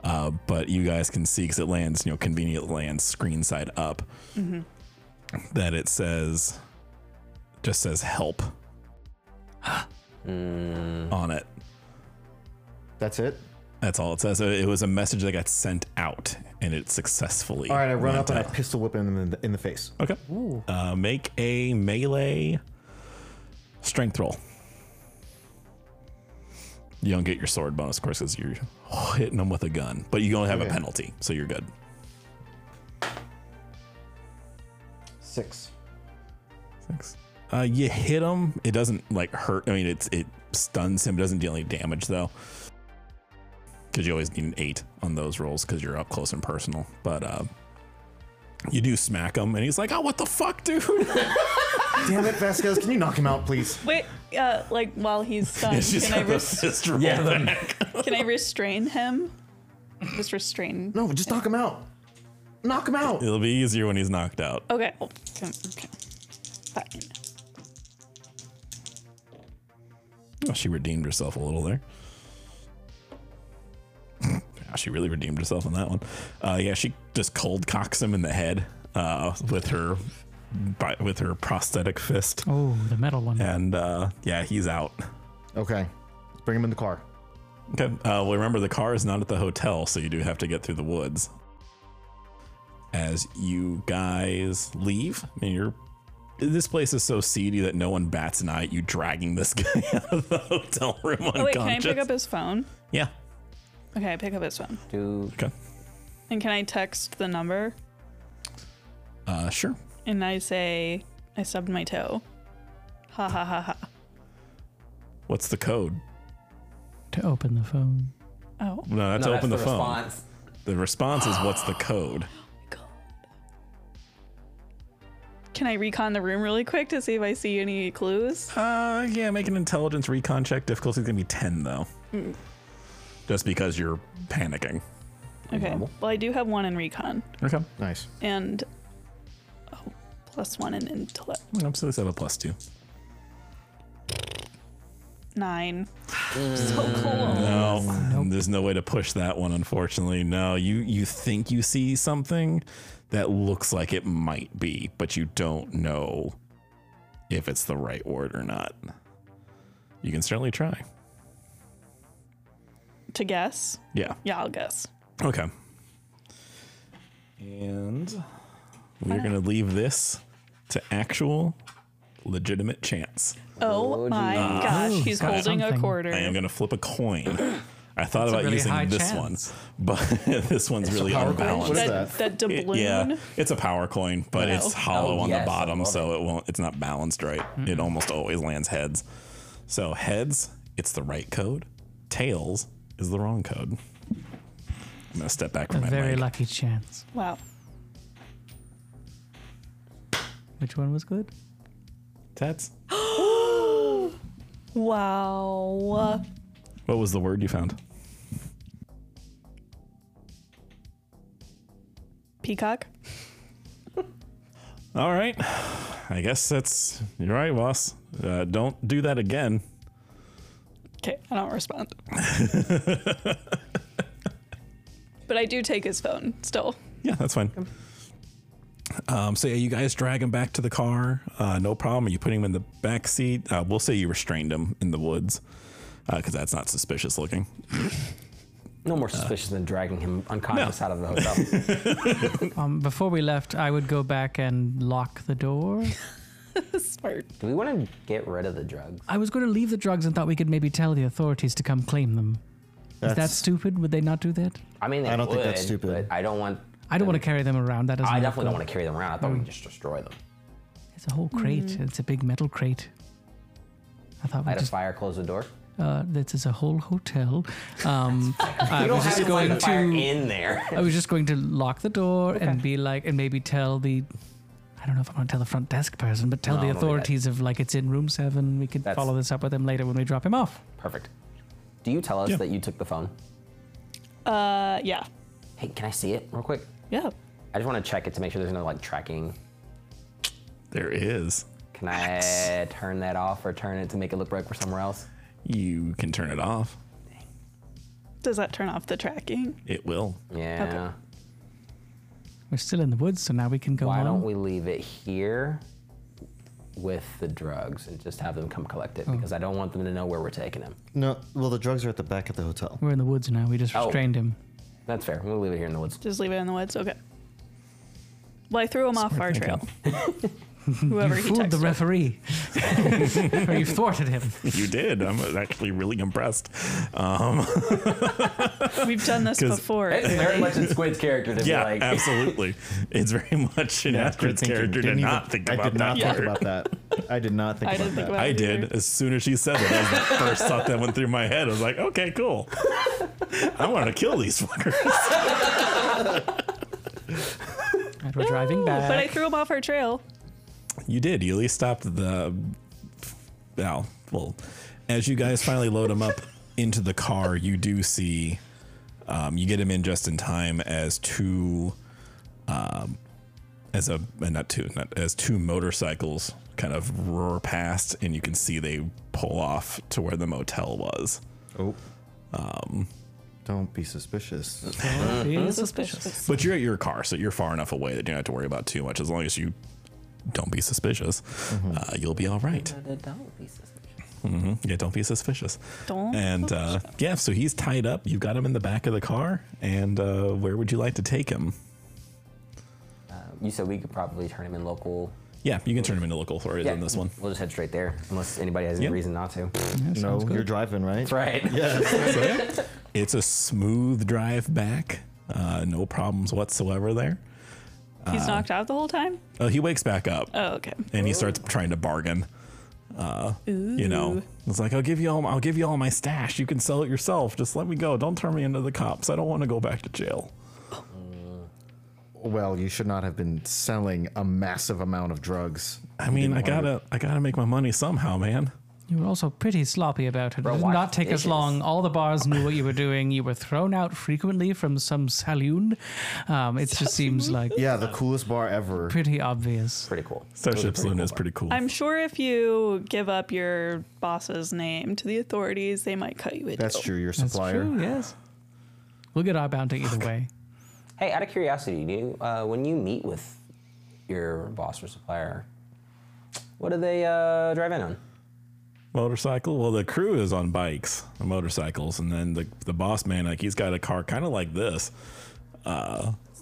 [SPEAKER 1] Uh, but you guys can see because it lands, you know, convenient lands screen side up.
[SPEAKER 2] Mm-hmm.
[SPEAKER 1] That it says, just says help on it.
[SPEAKER 3] That's it.
[SPEAKER 1] That's all it says. It was a message that got sent out, and it successfully.
[SPEAKER 3] All right, I run
[SPEAKER 1] went
[SPEAKER 3] up and I
[SPEAKER 1] out.
[SPEAKER 3] pistol whip him in the, in the face.
[SPEAKER 1] Okay. Uh, make a melee strength roll. You don't get your sword bonus, of course, because you're hitting them with a gun, but you only have a
[SPEAKER 3] Okay.
[SPEAKER 1] penalty, so you're good.
[SPEAKER 3] Six.
[SPEAKER 1] Thanks. Uh, you hit him. It doesn't like hurt. I mean, it's it stuns him. It doesn't deal any damage though, because you always need an eight on those rolls because you're up close and personal. But uh, you do smack him, and he's like, "Oh, what the fuck, dude!"
[SPEAKER 3] Damn it, Vasquez! Can you knock him out, please?
[SPEAKER 2] Wait, uh, like while he's stunned,
[SPEAKER 1] It's just
[SPEAKER 2] can I,
[SPEAKER 1] the
[SPEAKER 2] res-
[SPEAKER 1] fist roll
[SPEAKER 5] Yeah, then-
[SPEAKER 1] back.
[SPEAKER 2] can I restrain him? Just restrain.
[SPEAKER 3] No, just knock him out. Knock him out.
[SPEAKER 1] It'll be easier when he's knocked out.
[SPEAKER 2] Okay. oh, okay. okay. Fine.
[SPEAKER 1] Oh, she redeemed herself a little there. Yeah, she really redeemed herself on that one. Uh, yeah, she just cold cocks him in the head uh, with her by, with her prosthetic fist,
[SPEAKER 4] Oh, the metal one.
[SPEAKER 1] and uh, yeah, he's out.
[SPEAKER 3] Okay, let's bring him in the car.
[SPEAKER 1] Okay. Uh, well, remember the car is not at the hotel, so you do have to get through the woods. As you guys leave, I mean, you're this place is so seedy that no one bats an eye at you dragging this guy out of the hotel room unconscious.
[SPEAKER 2] Oh wait, can I pick up his phone?
[SPEAKER 1] yeah.
[SPEAKER 2] Okay, I pick up his phone.
[SPEAKER 5] Do
[SPEAKER 1] Okay.
[SPEAKER 2] And can I text the number?
[SPEAKER 1] Uh, sure.
[SPEAKER 2] And I say, I stubbed my toe. Ha ha ha ha.
[SPEAKER 1] What's the code?
[SPEAKER 4] To open the phone.
[SPEAKER 2] Oh.
[SPEAKER 1] No, that's
[SPEAKER 5] no,
[SPEAKER 1] open
[SPEAKER 5] that's
[SPEAKER 1] the, phone.
[SPEAKER 5] response.
[SPEAKER 1] The response is what's the code?
[SPEAKER 2] God. Can I recon the room really quick to see if I see any clues?
[SPEAKER 1] Uh, yeah, make an intelligence recon check. Difficulty's gonna be ten though.
[SPEAKER 5] Mm.
[SPEAKER 1] Just because you're panicking.
[SPEAKER 2] Okay. Well, I do have one in recon
[SPEAKER 1] Okay.
[SPEAKER 3] Nice.
[SPEAKER 2] and oh, plus one in intellect.
[SPEAKER 1] I'm still at a plus two.
[SPEAKER 2] Nine. so cool.
[SPEAKER 1] No, Oh, there's no way to push that one, unfortunately. No, you you think you see something that looks like it might be, but you don't know if it's the right word or not. You can certainly try.
[SPEAKER 2] To guess?
[SPEAKER 1] Yeah.
[SPEAKER 2] Yeah, I'll guess.
[SPEAKER 1] Okay. And we're gonna leave this to actual legitimate chance.
[SPEAKER 2] Oh,
[SPEAKER 5] Oh,
[SPEAKER 2] my
[SPEAKER 5] geez.
[SPEAKER 2] gosh, he's
[SPEAKER 4] got
[SPEAKER 2] holding a
[SPEAKER 4] something.
[SPEAKER 2] quarter.
[SPEAKER 1] I am gonna flip a coin. I thought
[SPEAKER 4] That's a
[SPEAKER 1] about
[SPEAKER 4] really high
[SPEAKER 1] using this one,
[SPEAKER 4] chance.
[SPEAKER 1] but this one's really
[SPEAKER 3] power coin?
[SPEAKER 1] unbalanced.
[SPEAKER 3] What is
[SPEAKER 2] that, that
[SPEAKER 1] Oh, It-
[SPEAKER 2] doubloon.
[SPEAKER 1] yeah, it's a power coin, but it's
[SPEAKER 2] Oh.
[SPEAKER 1] hollow
[SPEAKER 5] Oh,
[SPEAKER 1] on
[SPEAKER 5] yes, I
[SPEAKER 1] the bottom,
[SPEAKER 5] love
[SPEAKER 1] so it won't. It's not balanced right. It almost always lands heads. So heads, it's the right code. Tails is the wrong code. I'm gonna step back
[SPEAKER 4] A
[SPEAKER 1] from my
[SPEAKER 4] very
[SPEAKER 1] mic.
[SPEAKER 4] lucky chance.
[SPEAKER 2] Wow.
[SPEAKER 4] Which one was good?
[SPEAKER 1] Tats.
[SPEAKER 2] Wow.
[SPEAKER 1] What was the word you found?
[SPEAKER 2] Peacock?
[SPEAKER 1] All right, I guess that's you're right, boss. Uh, don't do that again.
[SPEAKER 2] Okay, I don't respond. but I do take his phone still.
[SPEAKER 1] Yeah, that's fine. Um, so yeah, you guys drag him back to the car. Uh, no problem. You put him in the back seat. Uh, we'll say you restrained him in the woods because that's not suspicious looking.
[SPEAKER 5] No more suspicious than dragging him unconscious out of the hotel.
[SPEAKER 4] Um, before we left, I would go back and lock the door.
[SPEAKER 2] Smart.
[SPEAKER 5] Do we want to get rid of the drugs?
[SPEAKER 4] I was going to leave the drugs and thought we could maybe tell the authorities to come claim them. Is that
[SPEAKER 3] That's-
[SPEAKER 4] stupid? Would they not do that?
[SPEAKER 5] I mean, they
[SPEAKER 3] I don't think that's
[SPEAKER 5] would,
[SPEAKER 3] stupid.
[SPEAKER 5] but I don't want.
[SPEAKER 4] I don't want to carry them around. That doesn't.
[SPEAKER 5] I
[SPEAKER 4] look
[SPEAKER 5] definitely don't
[SPEAKER 4] good.
[SPEAKER 5] want to carry them around. I thought we could just destroy them.
[SPEAKER 4] It's a whole crate. It's a big metal crate. I thought we
[SPEAKER 5] Light a
[SPEAKER 4] just.
[SPEAKER 5] fire, close the door.
[SPEAKER 4] Uh, this is a whole hotel. Um, I
[SPEAKER 5] You
[SPEAKER 4] was
[SPEAKER 5] don't have
[SPEAKER 4] just
[SPEAKER 5] to
[SPEAKER 4] going
[SPEAKER 5] light a fire
[SPEAKER 4] to.
[SPEAKER 5] in there.
[SPEAKER 4] I was just going to lock the door and be like, and maybe tell the. I don't know if I want to tell the front desk person, but tell
[SPEAKER 5] No,
[SPEAKER 4] the
[SPEAKER 5] don't do that.
[SPEAKER 4] authorities of like it's in room seven. We could
[SPEAKER 5] That's-
[SPEAKER 4] follow this up with them later when we drop him off.
[SPEAKER 5] Perfect. Do you tell us
[SPEAKER 1] Yeah.
[SPEAKER 5] that you took the phone?
[SPEAKER 2] Uh, yeah.
[SPEAKER 5] Hey, can I see it real quick?
[SPEAKER 2] Yeah.
[SPEAKER 5] I just want to check it to make sure there's no like tracking.
[SPEAKER 1] There is.
[SPEAKER 5] Can I turn that off or turn it to make it look right for somewhere else?
[SPEAKER 1] You can turn it off.
[SPEAKER 2] Does that turn off the tracking?
[SPEAKER 1] It will.
[SPEAKER 5] Yeah.
[SPEAKER 4] We're still in the woods, so now we can go
[SPEAKER 5] Why
[SPEAKER 4] on.
[SPEAKER 5] don't we leave it here with the drugs and just have them come collect
[SPEAKER 1] Oh.
[SPEAKER 5] it? Because I don't want them to know where we're taking them.
[SPEAKER 3] No, well, the drugs are at the back of the hotel.
[SPEAKER 4] We're in the woods now. We just
[SPEAKER 5] Oh.
[SPEAKER 4] restrained him.
[SPEAKER 5] That's fair. We'll leave it here in the woods.
[SPEAKER 2] Just leave it in the woods. Okay. Well, I threw him off our
[SPEAKER 1] Smart
[SPEAKER 2] trail.
[SPEAKER 1] thinking.
[SPEAKER 2] Whoever he
[SPEAKER 4] Fooled the
[SPEAKER 2] texted.
[SPEAKER 4] referee. or you thwarted him.
[SPEAKER 1] You did. I'm actually really impressed. Um,
[SPEAKER 2] We've done this
[SPEAKER 1] 'Cause-
[SPEAKER 2] before.
[SPEAKER 5] It's very much in Squid's character to
[SPEAKER 1] yeah,
[SPEAKER 5] be like,
[SPEAKER 1] absolutely. It's very much an accurate
[SPEAKER 3] thinking.
[SPEAKER 1] character to
[SPEAKER 3] Didn't even-
[SPEAKER 1] not think
[SPEAKER 3] I
[SPEAKER 1] about
[SPEAKER 3] did not
[SPEAKER 1] that.
[SPEAKER 3] think
[SPEAKER 1] part.
[SPEAKER 3] about that. I did not think
[SPEAKER 2] I
[SPEAKER 3] about
[SPEAKER 2] didn't
[SPEAKER 3] that.
[SPEAKER 2] think about
[SPEAKER 1] I
[SPEAKER 2] it either.
[SPEAKER 1] did as soon as she said it. That was the first thought that went through my head. I was like, okay, cool. I want to kill these fuckers.
[SPEAKER 4] And we're driving back.
[SPEAKER 2] But I threw him off our trail.
[SPEAKER 1] You did. You at least stopped the. Well, well, as you guys finally load him up into the car, you do see. Um, you get him in just in time as two, um, as a and not two, not as two motorcycles kind of roar past, and you can see they pull off to where the motel was.
[SPEAKER 3] Oh. Um, Don't be suspicious.
[SPEAKER 4] He is suspicious.
[SPEAKER 1] But you're at your car, so you're far enough away that you don't have to worry about too much. As long as you don't be suspicious, uh, you'll be all right.
[SPEAKER 5] don't be suspicious.
[SPEAKER 1] Yeah, don't be suspicious.
[SPEAKER 2] Don't
[SPEAKER 1] And
[SPEAKER 2] be
[SPEAKER 1] uh, yeah, so he's tied up. You've got him in the back of the car. And uh, where would you like to take him?
[SPEAKER 5] You said we could probably turn him in local.
[SPEAKER 1] Yeah, you can turn him into local authorities on this one.
[SPEAKER 5] We'll just head straight there, unless anybody has any
[SPEAKER 1] Yeah.
[SPEAKER 5] reason not to. That's
[SPEAKER 3] no, you're driving, right?
[SPEAKER 5] right.
[SPEAKER 1] So, yeah, it's a smooth drive back. Uh, no problems whatsoever there. Ah.
[SPEAKER 2] He's knocked out the whole time?
[SPEAKER 1] Uh, he wakes back up
[SPEAKER 2] Oh, okay.
[SPEAKER 1] and he starts trying to bargain. Uh, You know, it's like I'll give you all. I'll give you all my stash. You can sell it yourself. Just let me go. Don't turn me into the cops. I don't want to go back to jail.
[SPEAKER 3] Well, you should not have been selling a massive amount of drugs.
[SPEAKER 1] I mean, I
[SPEAKER 3] didn't want
[SPEAKER 1] gotta. I gotta make my money somehow, man.
[SPEAKER 4] You were also pretty sloppy about it. It did
[SPEAKER 5] wash
[SPEAKER 4] not
[SPEAKER 5] the
[SPEAKER 4] take us
[SPEAKER 5] dishes.
[SPEAKER 4] long. All the bars knew what you were doing. You were thrown out frequently from some saloon. Um, it just seems like
[SPEAKER 3] Yeah, the coolest bar ever.
[SPEAKER 4] pretty obvious.
[SPEAKER 5] Pretty cool.
[SPEAKER 1] Starship Saloon is pretty cool.
[SPEAKER 2] I'm sure if you give up your boss's name to the authorities, they might cut you a
[SPEAKER 3] That's
[SPEAKER 2] deal.
[SPEAKER 3] true. Your
[SPEAKER 4] That's
[SPEAKER 3] supplier.
[SPEAKER 4] true. Yes, we'll get our bounty either way.
[SPEAKER 5] Hey, out of curiosity, do you, uh, when you meet with your boss or supplier, what do they uh, drive in on?
[SPEAKER 1] motorcycle. Well, the crew is on bikes, and motorcycles, and then the the boss man, like he's got a car, kind of like this.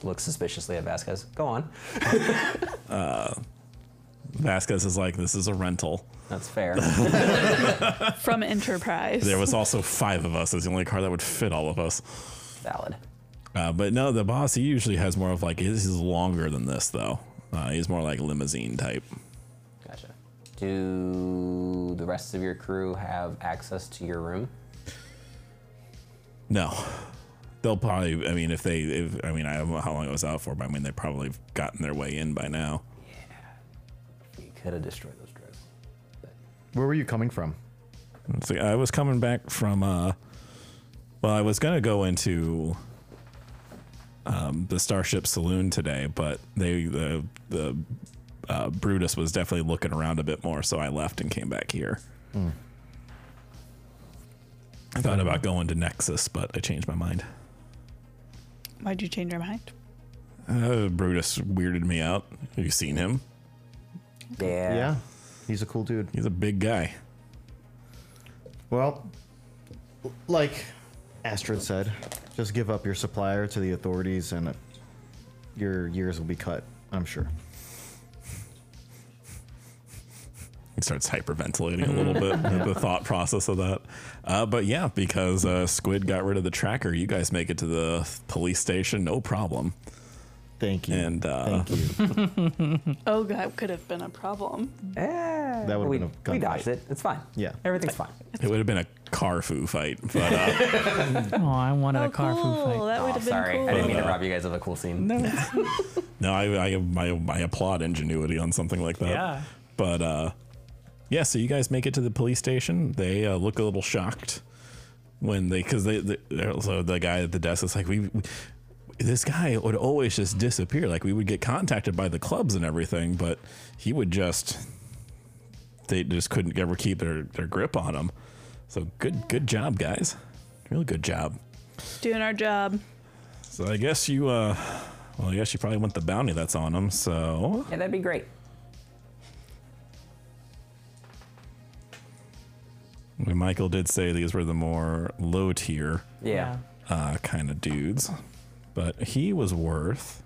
[SPEAKER 5] Looks suspiciously at Vasquez. Go on.
[SPEAKER 1] Vasquez is like, this is a rental.
[SPEAKER 5] That's fair.
[SPEAKER 2] From Enterprise.
[SPEAKER 1] There was also five of us. It's the only car that would fit all of us.
[SPEAKER 5] Valid.
[SPEAKER 1] Uh, but no, the boss he usually has more of like his is longer than this though. Uh, he's more like limousine type.
[SPEAKER 5] Gotcha. Do the rest of your crew have access to your room?
[SPEAKER 1] No. They'll probably. I mean, if they, if I mean, I don't know how long it was out for, but I mean, they probably have gotten their way in by now.
[SPEAKER 5] We could have destroyed those drugs.
[SPEAKER 3] Where were you coming from?
[SPEAKER 1] It's like, I was coming back from. Uh, well, I was gonna go into um, the Starship Saloon today, but they the the uh, Brutus was definitely looking around a bit more, so I left and came back here. I thought about going to Nexus, but I changed my mind.
[SPEAKER 2] Why'd you change your mind?
[SPEAKER 1] Uh, Brutus weirded me out. Have you seen him?
[SPEAKER 5] Yeah.
[SPEAKER 3] Yeah, he's a cool dude.
[SPEAKER 1] He's a big guy.
[SPEAKER 3] Well, like Astrid said, just give up your supplier to the authorities, and it- your years will be cut. I'm sure.
[SPEAKER 1] He starts hyperventilating a little bit at the thought process of that. Uh, but yeah, because uh, Squid got rid of the tracker, you guys make it to the police station, no problem.
[SPEAKER 3] Thank you.
[SPEAKER 1] And, uh,
[SPEAKER 3] Thank you.
[SPEAKER 2] Oh, that could have been a problem.
[SPEAKER 5] That
[SPEAKER 3] would've
[SPEAKER 5] Eh, we,
[SPEAKER 3] been a
[SPEAKER 5] we
[SPEAKER 3] gunfight.
[SPEAKER 5] dodged it. It's fine.
[SPEAKER 3] Yeah.
[SPEAKER 5] Everything's fine.
[SPEAKER 1] It would have been a car foo fight, but uh,
[SPEAKER 4] Oh, I wanted a
[SPEAKER 2] oh,
[SPEAKER 4] car
[SPEAKER 2] cool.
[SPEAKER 4] food fight.
[SPEAKER 2] That would
[SPEAKER 5] Oh,
[SPEAKER 2] have been
[SPEAKER 5] sorry.
[SPEAKER 2] cool.
[SPEAKER 5] I didn't mean to
[SPEAKER 1] Uh,
[SPEAKER 5] rob you guys of a cool scene.
[SPEAKER 1] no, no, I, I, I, I applaud ingenuity on something like that.
[SPEAKER 4] Yeah.
[SPEAKER 1] But uh, yeah, so you guys make it to the police station. They uh, look a little shocked when they, because they, they they're- so the guy at the desk is like, we, we, this guy would always just disappear. Like we would get contacted by the clubs and everything, but he would just, they just couldn't ever keep their, their grip on him. So good, good job, guys. Real good job.
[SPEAKER 2] Doing our job.
[SPEAKER 1] So I guess you, uh, well, I guess you probably want the bounty that's on him. So
[SPEAKER 5] Yeah, that'd be great.
[SPEAKER 1] Michael did say these were the more low tier
[SPEAKER 5] Yeah.
[SPEAKER 1] uh, kind of dudes, but he was worth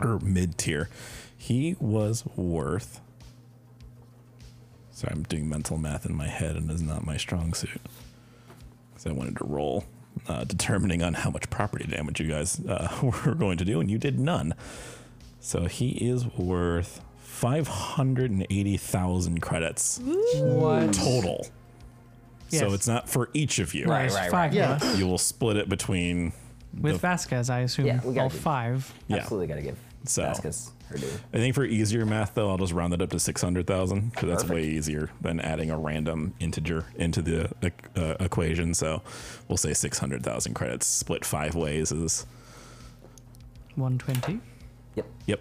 [SPEAKER 1] or mid tier. He was worth. Sorry, I'm doing mental math in my head, and is not my strong suit. Because I wanted to roll, uh, determining on how much property damage you guys uh, were going to do, and you did none. So he is worth five hundred and eighty thousand credits
[SPEAKER 4] What?
[SPEAKER 1] total. So
[SPEAKER 4] Yes.
[SPEAKER 1] it's not for each of you.
[SPEAKER 4] Right,
[SPEAKER 5] Right, right,
[SPEAKER 4] five
[SPEAKER 5] right.
[SPEAKER 4] yeah.
[SPEAKER 1] You will split it between
[SPEAKER 4] With
[SPEAKER 1] The-
[SPEAKER 4] Vasquez, I assume.
[SPEAKER 5] Yeah, we gotta
[SPEAKER 4] all
[SPEAKER 5] do-
[SPEAKER 4] five.
[SPEAKER 1] Yeah.
[SPEAKER 5] Absolutely gotta give
[SPEAKER 1] So-
[SPEAKER 5] Vasquez her due.
[SPEAKER 1] I think for easier math, though, I'll just round it up to 600,000 because that's way
[SPEAKER 5] Perfect.
[SPEAKER 1] easier than adding a random integer into the uh, equation. So we'll say 600,000 credits split five ways is.
[SPEAKER 4] 120.
[SPEAKER 5] Yep.
[SPEAKER 1] Yep.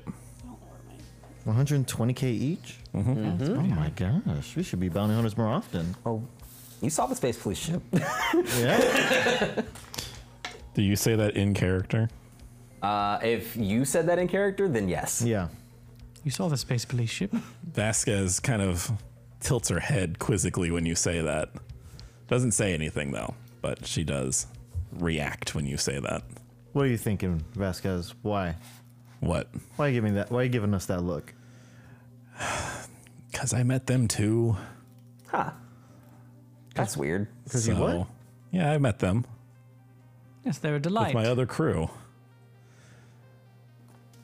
[SPEAKER 3] 120k each. Oh my gosh, we should be bounty hunters more often.
[SPEAKER 5] Oh, you saw the space police ship.
[SPEAKER 3] Yeah.
[SPEAKER 1] Do you say that in character?
[SPEAKER 5] Uh, if you said that in character, then yes.
[SPEAKER 3] yeah.
[SPEAKER 4] You saw the space police ship.
[SPEAKER 1] Vasquez kind of tilts her head quizzically when you say that. Doesn't say anything, though, but she does react when you say that.
[SPEAKER 3] What are you thinking, Vasquez? Why?
[SPEAKER 1] What?
[SPEAKER 3] Why are you giving that? Why are you giving us that look?
[SPEAKER 1] Because I met them too.
[SPEAKER 5] Huh. That's weird.
[SPEAKER 3] Because you what?
[SPEAKER 1] Yeah, I met them
[SPEAKER 4] Yes, they're a
[SPEAKER 1] with
[SPEAKER 4] delight.
[SPEAKER 1] my other crew.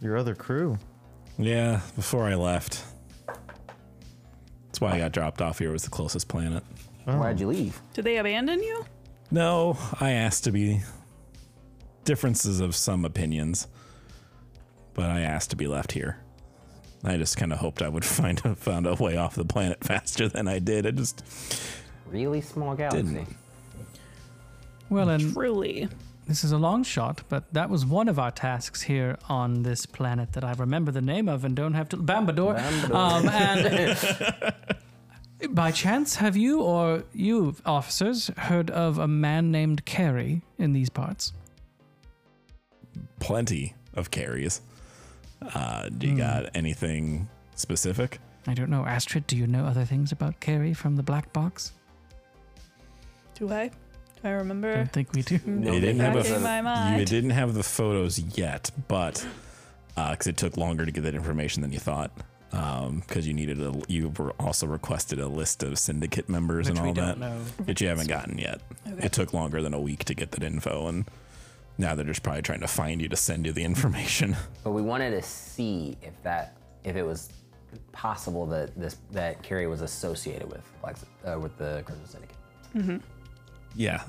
[SPEAKER 3] Your other crew.
[SPEAKER 1] Yeah, before I left. That's why I got dropped off here was the closest planet.
[SPEAKER 5] Why'd you leave?
[SPEAKER 2] Did they abandon you?
[SPEAKER 1] No, I asked to be differences of some opinions. But I asked to be left here. I just kind of hoped I would find a, found a way off the planet faster than I did. I just
[SPEAKER 5] Really small galaxy.
[SPEAKER 1] Didn't.
[SPEAKER 4] well, and
[SPEAKER 2] Truly.
[SPEAKER 4] this is a long shot, but that was one of our tasks here on this planet that I remember the name of and don't have to. Bambador.
[SPEAKER 5] Bambador.
[SPEAKER 4] Um, and by chance, have you or you officers heard of a man named Carey in these parts?
[SPEAKER 1] plenty of carries. Uh, do you got anything specific?
[SPEAKER 4] I don't know, Astrid. Do you know other things about Carey from the black box?
[SPEAKER 2] Do I? Do I
[SPEAKER 4] I
[SPEAKER 2] remember?
[SPEAKER 4] don't think we do.
[SPEAKER 5] No,
[SPEAKER 1] They
[SPEAKER 5] they
[SPEAKER 1] didn't have a
[SPEAKER 5] back in
[SPEAKER 1] pho-
[SPEAKER 2] my
[SPEAKER 1] You
[SPEAKER 2] mind.
[SPEAKER 1] didn't have the photos yet, but because it took longer to get that information than you thought, because you needed a, you were also requested a list of syndicate members and
[SPEAKER 4] Which
[SPEAKER 1] all
[SPEAKER 4] we
[SPEAKER 1] that
[SPEAKER 4] don't know.
[SPEAKER 1] that you haven't gotten yet.
[SPEAKER 2] Okay.
[SPEAKER 1] It took longer than a week to get that info, and now they're just probably trying to find you to send you the information.
[SPEAKER 5] But we wanted to see if that, if it was possible that this that Carrie was associated with Black, uh, with the Crimson Syndicate.
[SPEAKER 1] yeah.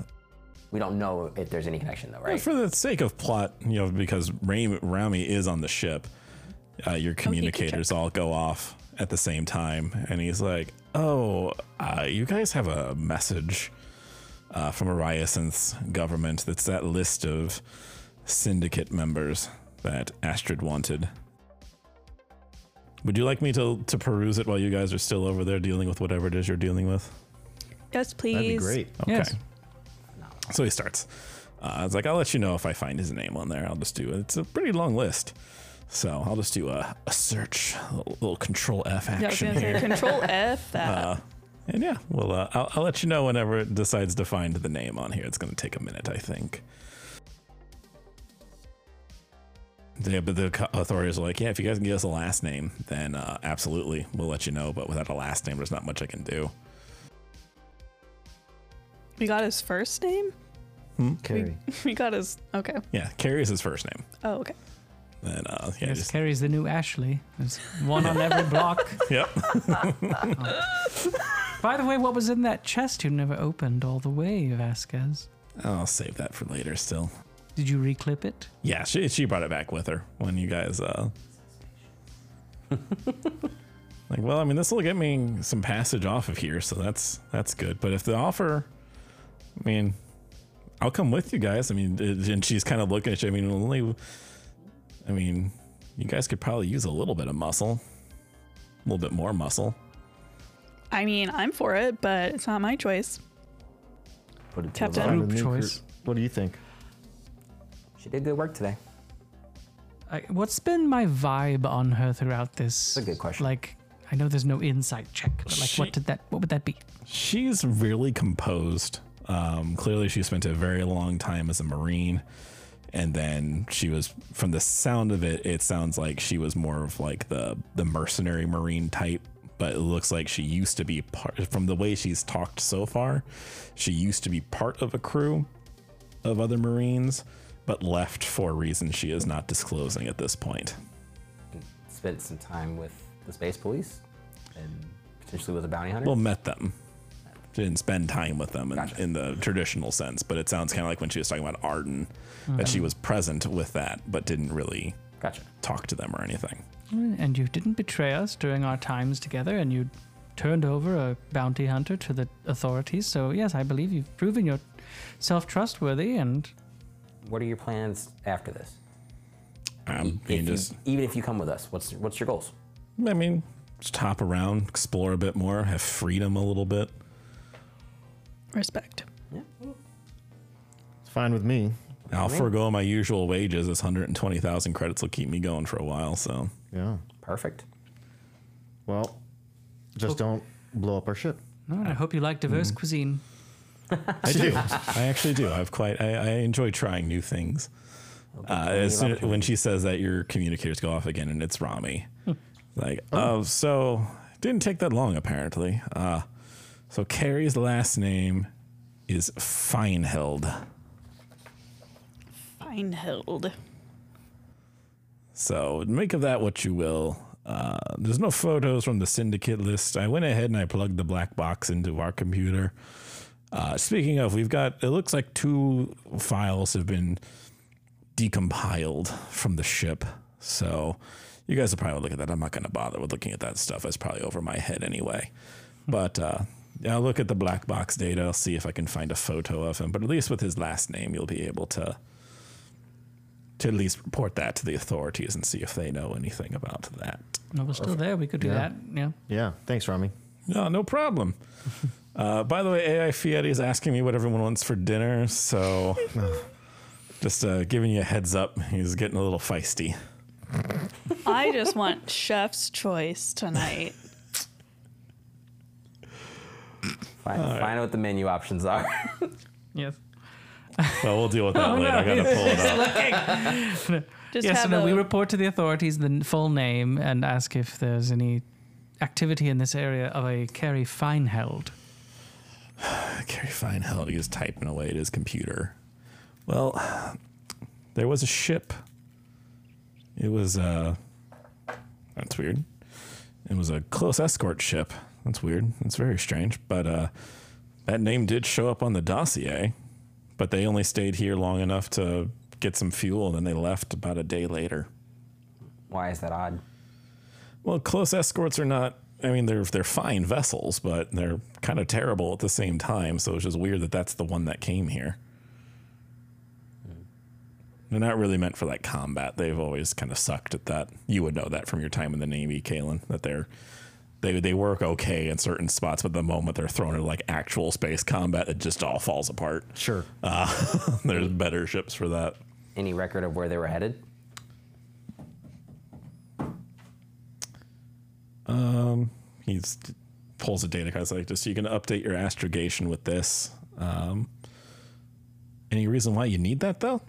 [SPEAKER 5] We don't know if there's any connection though, right?
[SPEAKER 1] For the sake of plot, you know, because Ram- Rami is on the ship, uh, your communicators all go off at the same time, and he's like, "Oh, uh, you guys have a message uh, from Ariasynth's government. That's that list of syndicate members that Astrid wanted. Would you like me to to peruse it while you guys are still over there dealing with whatever it is you're dealing with?"
[SPEAKER 2] Yes, please.
[SPEAKER 3] That'd be great.
[SPEAKER 1] Okay.
[SPEAKER 4] Yes.
[SPEAKER 1] So he starts. Uh, I was like, I'll let you know if I find his name on there. I'll just do It's a pretty long list. So I'll just do a, a search, a little, little control F
[SPEAKER 2] Yeah, I was
[SPEAKER 1] action
[SPEAKER 2] gonna say
[SPEAKER 1] here. Uh,
[SPEAKER 2] control F that.
[SPEAKER 1] And yeah, well, uh, I'll, I'll let you know whenever it decides to find the name on here. It's going to take a minute, I think. Yeah, but the co- authorities are like, yeah, if you guys can give us a last name, then uh, absolutely, we'll let you know. But without a last name, there's not much I can do.
[SPEAKER 2] we got his first name?
[SPEAKER 3] Carrie.
[SPEAKER 2] We got his okay.
[SPEAKER 1] Yeah, Carrie is his first name.
[SPEAKER 2] Oh okay.
[SPEAKER 1] And uh, yeah,
[SPEAKER 4] Yes,
[SPEAKER 1] just-
[SPEAKER 4] Carrie's the new Ashley. There's one on every block.
[SPEAKER 1] yep.
[SPEAKER 4] By the way, what was in that chest you never opened all the way, Vasquez?
[SPEAKER 1] I'll save that for later. Still,
[SPEAKER 4] Did you reclip it?
[SPEAKER 1] yeah, she she brought it back with her when you guys uh. like, well, I mean, this will get me some passage off of here, so that's that's good. But if the offer, I mean, I'll come with you guys. I mean, it- and she's kind of looking at you. I mean, only, I mean, you guys could probably use a little bit of muscle, a little bit more muscle.
[SPEAKER 2] I mean, I'm for it, but it's not my choice.
[SPEAKER 5] Put it to
[SPEAKER 2] Captain.
[SPEAKER 5] the vote.
[SPEAKER 3] Find a
[SPEAKER 4] Group
[SPEAKER 3] new group.
[SPEAKER 4] choice.
[SPEAKER 3] What do you think?
[SPEAKER 5] She did good work today.
[SPEAKER 4] I, what's been my vibe on her throughout this?
[SPEAKER 5] That's a good question.
[SPEAKER 4] Like, I know there's no insight check, but like,
[SPEAKER 1] She-
[SPEAKER 4] what did that? What would that be?
[SPEAKER 1] She's really composed. Um, clearly, she spent a very long time as a Marine. And then she was, from the sound of it, it sounds like she was more of like the, the mercenary Marine type. But it looks like she used to be part, from the way she's talked so far, she used to be part of a crew of other Marines, but left for reasons she is not disclosing at this point.
[SPEAKER 5] Spent some time with the space police and potentially was a bounty hunter.
[SPEAKER 1] Well, met them. She didn't spend time with them in,
[SPEAKER 5] Gotcha.
[SPEAKER 1] in the traditional sense, but it sounds kind of like when she was talking about Arden, that
[SPEAKER 5] Mm-hmm.
[SPEAKER 1] she was present with that, but didn't really
[SPEAKER 5] gotcha.
[SPEAKER 1] talk to them or anything.
[SPEAKER 4] And you didn't betray us during our times together, and you turned over a bounty hunter to the authorities. So yes, I believe you've proven yourself trustworthy, and
[SPEAKER 5] What are your plans after this?
[SPEAKER 1] Um,
[SPEAKER 5] Mm-hmm. If
[SPEAKER 1] you
[SPEAKER 5] you-
[SPEAKER 1] can just,
[SPEAKER 5] even if you come with us, what's what's your goals?
[SPEAKER 1] I mean, just hop around, explore a bit more, have freedom a little bit.
[SPEAKER 2] Respect.
[SPEAKER 3] It's fine with me.
[SPEAKER 1] I'll forego my usual wages. This 120,000 credits will keep me going for a while, so.
[SPEAKER 3] Yeah.
[SPEAKER 5] Perfect.
[SPEAKER 3] Well, just don't blow up our ship.
[SPEAKER 4] No, and I hope you like diverse
[SPEAKER 5] Mm-hmm.
[SPEAKER 4] cuisine.
[SPEAKER 1] I do. I actually do. I've quite. I, I enjoy trying new things. Uh, as soon, when she says that, your communicators go off again, and it's Rami. like, Hmm. oh, so didn't take that long apparently. Uh, so Carrie's last name is Feinheld.
[SPEAKER 2] Fine held.
[SPEAKER 1] So make of that what you will. Uh, there's no photos from the syndicate list. I went ahead and I plugged the black box into our computer. Uh, speaking of, we've got it looks like two files have been decompiled from the ship. So you guys will probably look at that. I'm not going to bother with looking at that stuff. It's probably over my head anyway. But uh, I'll look at the black box data. I'll see if I can find a photo of him. But at least with his last name, you'll be able to to at least report that to the authorities and see if they know anything about that.
[SPEAKER 4] No, we're still there. We could do
[SPEAKER 3] Yeah.
[SPEAKER 4] that. Yeah.
[SPEAKER 3] Yeah. Thanks, Rami.
[SPEAKER 1] No, no problem. uh, by the way, AI Fiat is asking me what everyone wants for dinner, so just uh, giving you a heads up. He's getting a little feisty.
[SPEAKER 2] I just want chef's choice tonight.
[SPEAKER 5] Find, find out what the menu options are.
[SPEAKER 4] Yes.
[SPEAKER 1] Well, we'll deal with that later. I gotta pull it up.
[SPEAKER 2] Just
[SPEAKER 4] Yes,
[SPEAKER 2] have
[SPEAKER 4] and then
[SPEAKER 2] a,
[SPEAKER 4] we report to the authorities the n- full name and ask if there's any activity in this area of a Carrie Feinheld.
[SPEAKER 1] Carrie Feinheld, he was typing away at his computer. Well, there was a ship. It was, uh, that's weird. It was a close escort ship. That's weird. That's very strange. But, uh, that name did show up on the dossier, but they only stayed here long enough to get some fuel and then they left about a day later.
[SPEAKER 5] Why is that odd?
[SPEAKER 1] Well, close escorts are not. I mean, they're they're fine vessels, but they're kind of terrible at the same time. So it's just weird that that's the one that came here. They're not really meant for like combat. They've always kind of sucked at that. You would know that from your time in the Navy, Kalen, that they're they they work okay in certain spots, but the moment they're thrown into like actual space combat, it just all falls apart.
[SPEAKER 3] Sure.
[SPEAKER 1] There's better ships for that.
[SPEAKER 5] Any record of where they were headed?
[SPEAKER 1] he's pulls a data card. It's like, just you can update your astrogation with this. Um, any reason why you need that though?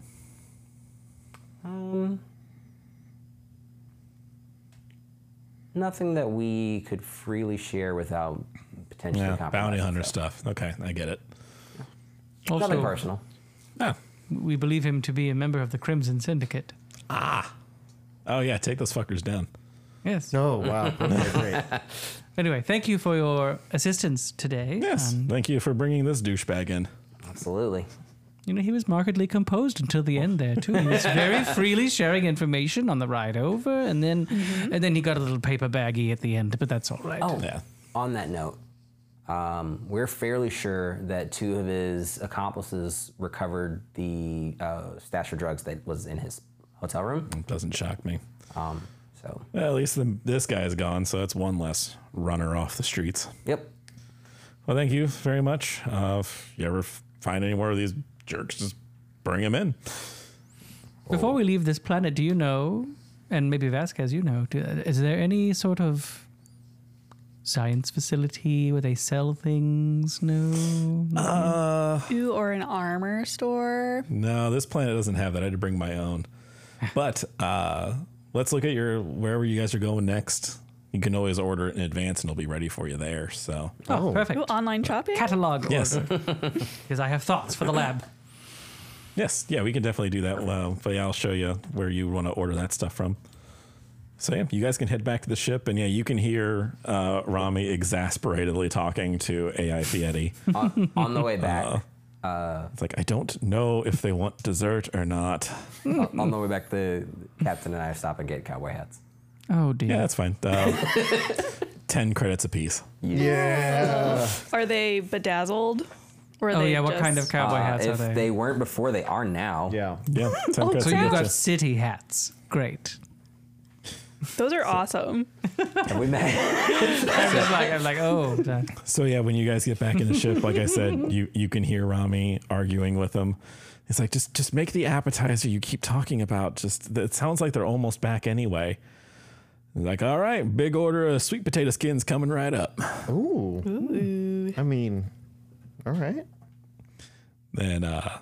[SPEAKER 5] Nothing that we could freely share without potentially
[SPEAKER 1] Yeah,
[SPEAKER 5] compromising
[SPEAKER 1] bounty hunter
[SPEAKER 5] stuff.
[SPEAKER 1] stuff. Okay, I get it.
[SPEAKER 5] Nothing
[SPEAKER 4] Also,
[SPEAKER 5] personal.
[SPEAKER 1] Ah,
[SPEAKER 4] we believe him to be a member of the Crimson Syndicate.
[SPEAKER 1] Oh yeah, take those fuckers down.
[SPEAKER 4] Yes.
[SPEAKER 3] No, wow. Okay, great.
[SPEAKER 4] Anyway, thank you for your assistance today.
[SPEAKER 1] Yes.
[SPEAKER 4] Um,
[SPEAKER 1] Thank you for bringing this douchebag in.
[SPEAKER 5] Absolutely.
[SPEAKER 4] you know, he was markedly composed until the end there too. He was very freely sharing information on the ride over, and then and then he got a little paper baggie at the end, but that's all right.
[SPEAKER 5] Oh,
[SPEAKER 1] Yeah.
[SPEAKER 5] on that note, um, we're fairly sure that two of his accomplices recovered the uh, stash of drugs that was in his hotel room.
[SPEAKER 1] Doesn't shock me.
[SPEAKER 5] Um, so,
[SPEAKER 1] Well, at least the, this guy is gone, so that's one less runner off the streets.
[SPEAKER 5] yep.
[SPEAKER 1] Well, thank you very much. Uh, if you ever find any more of these jerks, just bring them in.
[SPEAKER 4] Before we leave this planet, do you know, and maybe Vasquez, you know, do, is there any sort of science facility where they sell things? No.
[SPEAKER 2] Ooh, or an armor store.
[SPEAKER 1] No, this planet doesn't have that. I had to bring my own. But uh, let's look at your wherever you guys are going next. You can always order it in advance, and it'll be ready for you there. So
[SPEAKER 4] oh,
[SPEAKER 3] Oh.
[SPEAKER 4] perfect.
[SPEAKER 2] Ooh, online shopping.
[SPEAKER 4] Catalog.
[SPEAKER 1] yes,
[SPEAKER 4] Because I have thoughts for the lab.
[SPEAKER 1] yes, yeah, we can definitely do that. Well, but yeah, I'll show you where you want to order that stuff from. So yeah, you guys can head back to the ship, and yeah, you can hear uh, Rami exasperatedly talking to AI Fieri.
[SPEAKER 5] on, on the way back,
[SPEAKER 1] Uh-huh. It's like I don't know if they want dessert or not.
[SPEAKER 5] on, on the way back, the captain and I stop and get cowboy hats.
[SPEAKER 4] Oh dear.
[SPEAKER 1] Yeah, that's fine. Um, Ten credits apiece.
[SPEAKER 3] yeah.
[SPEAKER 2] Are they bedazzled? Or are
[SPEAKER 4] oh
[SPEAKER 2] they
[SPEAKER 4] yeah. What
[SPEAKER 2] just-
[SPEAKER 4] kind of cowboy
[SPEAKER 5] Uh,
[SPEAKER 4] hats are
[SPEAKER 5] if
[SPEAKER 4] they?
[SPEAKER 5] they weren't before, they are now.
[SPEAKER 3] Yeah.
[SPEAKER 1] Yeah, Oh, ten credits.
[SPEAKER 4] so you
[SPEAKER 1] apiece.
[SPEAKER 4] got city hats. Great.
[SPEAKER 2] Those are awesome.
[SPEAKER 5] Have we met?
[SPEAKER 4] I'm just like, I'm like, oh, that-
[SPEAKER 1] So yeah, when you guys get back in the ship, like I said, you you can hear Rami arguing with him. It's like just just make the appetizer you keep talking about. Just it sounds like they're almost back anyway. Like all right, big order of sweet potato skins coming right up.
[SPEAKER 3] Ooh. I mean, all right.
[SPEAKER 1] Then uh,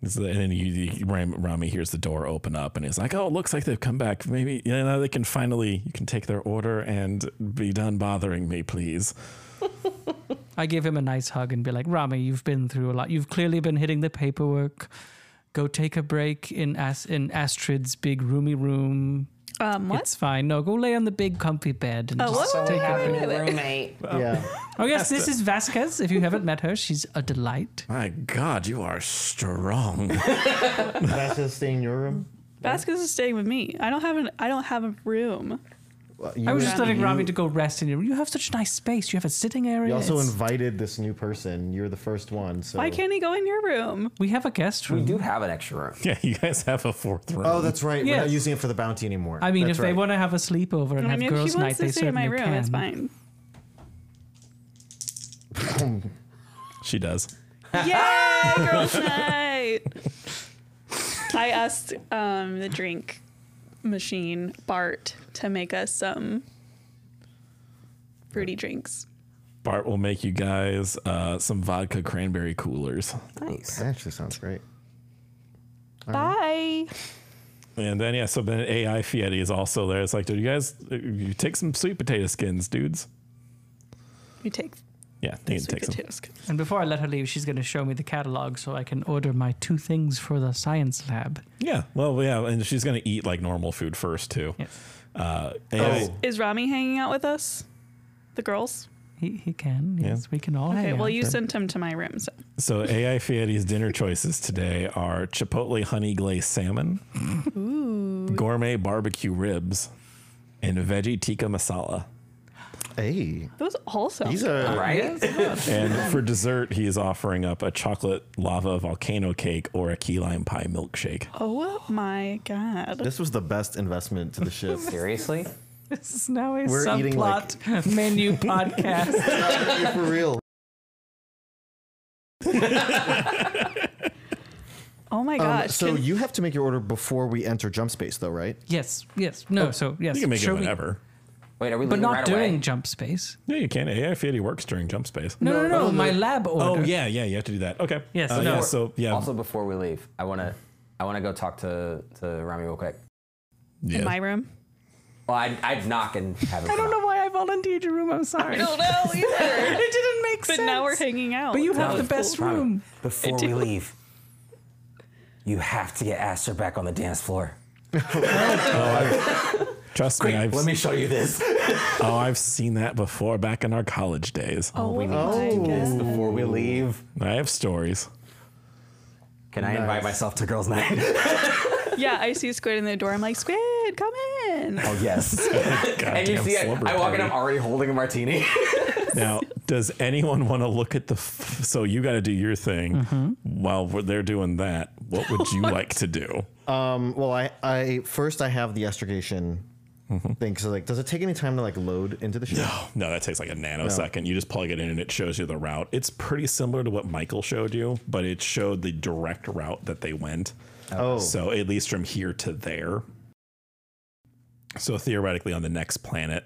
[SPEAKER 1] it's the- and then you, you, Ram- Rami hears the door open up, and he's like, "Oh, it looks like they've come back. Maybe you know they can finally you can take their order and be done bothering me, please."
[SPEAKER 4] I give him a nice hug and be like, Rami, you've been through a lot. You've clearly been hitting the paperwork. Go take a break in As- in Astrid's big roomy room.
[SPEAKER 2] Um, what?
[SPEAKER 4] It's fine. No, go lay on the big comfy bed and
[SPEAKER 2] Oh,
[SPEAKER 4] just
[SPEAKER 2] what?
[SPEAKER 4] take a
[SPEAKER 2] Wait,
[SPEAKER 4] break.
[SPEAKER 2] wait, wait.
[SPEAKER 5] Roommate.
[SPEAKER 3] Yeah.
[SPEAKER 4] Oh yes, this is Vasquez. If you haven't met her, she's a delight.
[SPEAKER 1] My God, you are strong.
[SPEAKER 3] That's just staying in your room.
[SPEAKER 2] Vasquez is staying with me. I don't have an. I don't have a room.
[SPEAKER 3] Well, You,
[SPEAKER 4] I was just letting
[SPEAKER 3] you-
[SPEAKER 4] Rami to go rest in your. You have such nice space. You have a sitting area.
[SPEAKER 3] You also
[SPEAKER 4] It's-
[SPEAKER 3] invited this new person. You're the first one. So
[SPEAKER 4] Oh.
[SPEAKER 2] Why can't he go in your room?
[SPEAKER 4] we have a guest
[SPEAKER 5] We
[SPEAKER 4] room.
[SPEAKER 5] do have an extra room.
[SPEAKER 1] yeah, you guys have a fourth room.
[SPEAKER 3] Oh, that's right. We're
[SPEAKER 4] Yes.
[SPEAKER 3] not using it for the bounty anymore.
[SPEAKER 4] I mean,
[SPEAKER 3] That's
[SPEAKER 4] if they
[SPEAKER 3] right.
[SPEAKER 4] want to have a sleepover and
[SPEAKER 2] I
[SPEAKER 4] have
[SPEAKER 2] mean, if
[SPEAKER 4] girls'
[SPEAKER 2] he
[SPEAKER 4] night,
[SPEAKER 2] wants
[SPEAKER 4] they
[SPEAKER 2] to stay in
[SPEAKER 4] certainly
[SPEAKER 2] my room,
[SPEAKER 4] can.
[SPEAKER 2] it's fine.
[SPEAKER 1] She does.
[SPEAKER 2] Yay, girls' night! I asked um, the drink machine Bart to make us some fruity drinks.
[SPEAKER 1] Bart will make you guys uh, some vodka cranberry coolers.
[SPEAKER 5] Nice.
[SPEAKER 3] That actually sounds great.
[SPEAKER 2] Bye.
[SPEAKER 1] And then, yeah, so then AI Fieri is also there. It's like, dude, you guys, uh, you take some sweet potato skins, dudes.
[SPEAKER 2] You take
[SPEAKER 1] Yeah, they can
[SPEAKER 2] sweet
[SPEAKER 1] take some.
[SPEAKER 2] potatoes.
[SPEAKER 4] And before I let her leave, she's going to show me the catalog so I can order my two things for the science lab.
[SPEAKER 1] Yeah, well, yeah, and she's going to eat like normal food first, too.
[SPEAKER 4] Yes.
[SPEAKER 1] Uh, AI,
[SPEAKER 3] Oh.
[SPEAKER 2] Is Rami hanging out with us? The girls?
[SPEAKER 4] He, he can. Yes, we can all
[SPEAKER 2] Okay,
[SPEAKER 4] hang
[SPEAKER 2] well,
[SPEAKER 4] out.
[SPEAKER 2] you sent him to my room, so.
[SPEAKER 1] So, AI Fieri's dinner choices today are chipotle honey glazed salmon, gourmet barbecue ribs, and veggie tikka masala.
[SPEAKER 3] Hey,
[SPEAKER 2] Those all sound
[SPEAKER 3] these
[SPEAKER 4] Uh,
[SPEAKER 3] are
[SPEAKER 5] Right?
[SPEAKER 1] And for dessert, he is offering up a chocolate lava volcano cake or a key lime pie milkshake.
[SPEAKER 2] Oh my god.
[SPEAKER 3] This was the best investment to the ship.
[SPEAKER 5] Seriously?
[SPEAKER 4] This is now a
[SPEAKER 3] We're eating, like-
[SPEAKER 4] subplot menu podcast.
[SPEAKER 3] for real.
[SPEAKER 2] Oh my
[SPEAKER 3] Um,
[SPEAKER 2] gosh.
[SPEAKER 3] so
[SPEAKER 2] Can-
[SPEAKER 3] you have to make your order before we enter jump space, though, right?
[SPEAKER 4] Yes, yes. No, so yes.
[SPEAKER 1] You can make
[SPEAKER 4] show
[SPEAKER 1] it
[SPEAKER 4] me-
[SPEAKER 1] whenever.
[SPEAKER 5] Wait, are we
[SPEAKER 4] But
[SPEAKER 5] leaving
[SPEAKER 4] not
[SPEAKER 5] right
[SPEAKER 4] during
[SPEAKER 5] away?
[SPEAKER 4] jump space.
[SPEAKER 1] Yeah, you can. AI Fieri works during jump space.
[SPEAKER 4] No, no,
[SPEAKER 3] No,
[SPEAKER 4] no.
[SPEAKER 3] no,
[SPEAKER 4] my
[SPEAKER 3] no.
[SPEAKER 4] lab
[SPEAKER 1] Oh,
[SPEAKER 4] order.
[SPEAKER 1] yeah, yeah, you have to do that. Okay.
[SPEAKER 4] Yes,
[SPEAKER 1] Uh,
[SPEAKER 4] no.
[SPEAKER 1] yeah, so, yeah.
[SPEAKER 5] Also, before we leave, I wanna I wanna go talk to to Rami real quick.
[SPEAKER 1] yeah.
[SPEAKER 2] in my room?
[SPEAKER 5] Well, I'd, I'd knock and have him.
[SPEAKER 4] I don't
[SPEAKER 5] come
[SPEAKER 4] know
[SPEAKER 5] out.
[SPEAKER 4] why I volunteered your room. I'm sorry.
[SPEAKER 2] know either.
[SPEAKER 4] It didn't make
[SPEAKER 2] but
[SPEAKER 4] sense.
[SPEAKER 2] now we're hanging out.
[SPEAKER 4] But you
[SPEAKER 2] That
[SPEAKER 4] have the
[SPEAKER 2] was
[SPEAKER 4] best
[SPEAKER 2] cool.
[SPEAKER 5] Rami,
[SPEAKER 4] room.
[SPEAKER 5] Before we leave, you have to get Aster back on the dance floor.
[SPEAKER 1] Trust me, I've
[SPEAKER 5] Let me show you this.
[SPEAKER 1] oh, I've seen that before back in our college days.
[SPEAKER 2] Oh,
[SPEAKER 5] we need
[SPEAKER 2] my
[SPEAKER 3] to do
[SPEAKER 2] God.
[SPEAKER 5] Before we leave,
[SPEAKER 1] I have stories.
[SPEAKER 5] can I invite
[SPEAKER 3] Nice.
[SPEAKER 5] myself to girls' night?
[SPEAKER 2] Yeah, I see Squid in the door. I'm like, Squid, come in.
[SPEAKER 5] oh yes. and you
[SPEAKER 1] Goddamn
[SPEAKER 5] see, I,
[SPEAKER 1] slumber
[SPEAKER 5] I walk in.
[SPEAKER 1] party.
[SPEAKER 5] I'm already holding a martini.
[SPEAKER 1] Now, does anyone want to look at the? F- so you got to do your thing
[SPEAKER 4] Mm-hmm.
[SPEAKER 1] while we're, they're doing that. What would you like to do?
[SPEAKER 3] Um, well, I, I first I have the astrogation
[SPEAKER 1] Mm-hmm.
[SPEAKER 3] thing. So like, does it take any time to like load into the ship?
[SPEAKER 1] No, Oh, no, that takes like a nanosecond. You just plug it in and it shows you the route. It's pretty similar to what Michael showed you, but it showed the direct route that they went.
[SPEAKER 3] Oh,
[SPEAKER 1] So at least from here to there. So theoretically, on the next planet,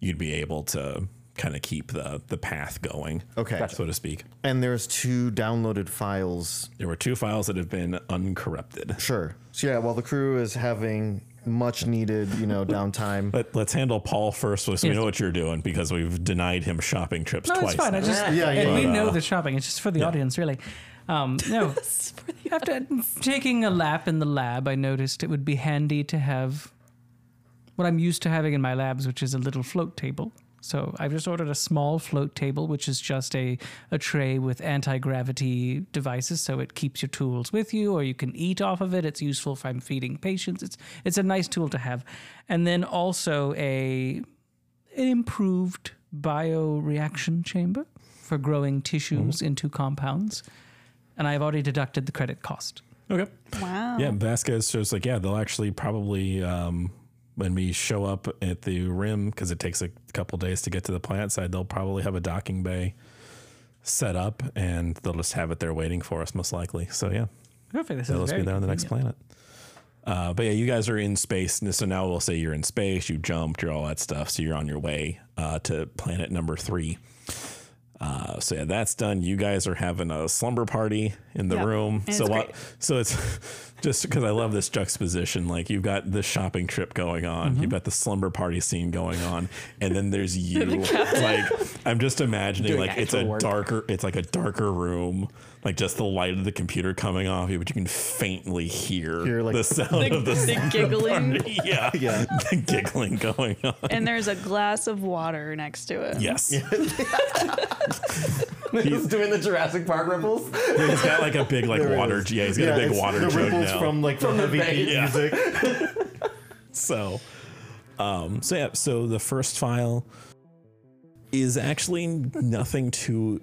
[SPEAKER 1] you'd be able to kind of keep the the path going,
[SPEAKER 3] okay.
[SPEAKER 1] so to speak.
[SPEAKER 3] And there's two downloaded files.
[SPEAKER 1] There were two files that have been uncorrupted.
[SPEAKER 3] Sure. So yeah, while the crew is having much needed, you know, downtime.
[SPEAKER 1] Let, let's handle Paul first, so we
[SPEAKER 4] Yes.
[SPEAKER 1] know what you're doing because we've denied him shopping trips
[SPEAKER 4] No,
[SPEAKER 1] twice.
[SPEAKER 4] it's fine. I
[SPEAKER 1] now.
[SPEAKER 4] just
[SPEAKER 3] Yeah,
[SPEAKER 4] and
[SPEAKER 3] yeah.
[SPEAKER 4] we
[SPEAKER 3] But,
[SPEAKER 4] know the shopping. It's just for the audience, really. Um, no, after taking a lap in the lab, I noticed it would be handy to have what I'm used to having in my labs, which is a little float table. So I've just ordered a small float table, which is just a, a tray with anti gravity devices, so it keeps your tools with you, or you can eat off of it. It's useful if I'm feeding patients. It's it's a nice tool to have, and then also a an improved bioreaction chamber for growing tissues into compounds. And I've already deducted the credit cost.
[SPEAKER 1] Okay.
[SPEAKER 2] Wow.
[SPEAKER 1] Yeah, Vasquez shows like, yeah, they'll actually probably um, when we show up at the rim because it takes a couple days to get to the plant side, they'll probably have a docking bay set up and they'll just have it there waiting for us, most likely. So yeah,
[SPEAKER 4] Perfect. This
[SPEAKER 1] they'll
[SPEAKER 4] is
[SPEAKER 1] just
[SPEAKER 4] very
[SPEAKER 1] be there on the next
[SPEAKER 4] convenient.
[SPEAKER 1] planet. Uh, but yeah, you guys are in space, and so now we'll say you're in space, you jumped, you're all that stuff, so you're on your way uh, to planet number three. Uh, so yeah, that's done. You guys are having a slumber party in the
[SPEAKER 2] Yeah,
[SPEAKER 1] room.
[SPEAKER 2] and
[SPEAKER 1] so
[SPEAKER 2] it's
[SPEAKER 1] what?
[SPEAKER 2] great.
[SPEAKER 1] So it's just because I love this juxtaposition. Like you've got the shopping trip going on,
[SPEAKER 5] Mm-hmm.
[SPEAKER 1] you've got the slumber party scene going on, and then there's you. like I'm just imagining
[SPEAKER 5] Doing
[SPEAKER 1] like it's a
[SPEAKER 5] actual work.
[SPEAKER 1] darker, it's like a darker room, like just the light of the computer coming off you, but you can faintly hear,
[SPEAKER 3] Hear, like,
[SPEAKER 1] the sound
[SPEAKER 2] The,
[SPEAKER 1] of the
[SPEAKER 2] the giggling.
[SPEAKER 1] yeah,
[SPEAKER 3] Yeah.
[SPEAKER 1] the giggling going on.
[SPEAKER 2] And there's a glass of water next to it.
[SPEAKER 1] Yes.
[SPEAKER 5] He's doing the Jurassic Park ripples.
[SPEAKER 1] He's got like a big like
[SPEAKER 3] There it
[SPEAKER 1] water.
[SPEAKER 3] is.
[SPEAKER 1] Yeah, he's got a big
[SPEAKER 3] it's
[SPEAKER 1] water
[SPEAKER 3] The
[SPEAKER 1] jug
[SPEAKER 3] ripples
[SPEAKER 1] now.
[SPEAKER 3] from like from the heavy
[SPEAKER 5] bay.
[SPEAKER 3] beat
[SPEAKER 1] Yeah.
[SPEAKER 3] music.
[SPEAKER 1] So, um, so yeah, so the first file is actually nothing too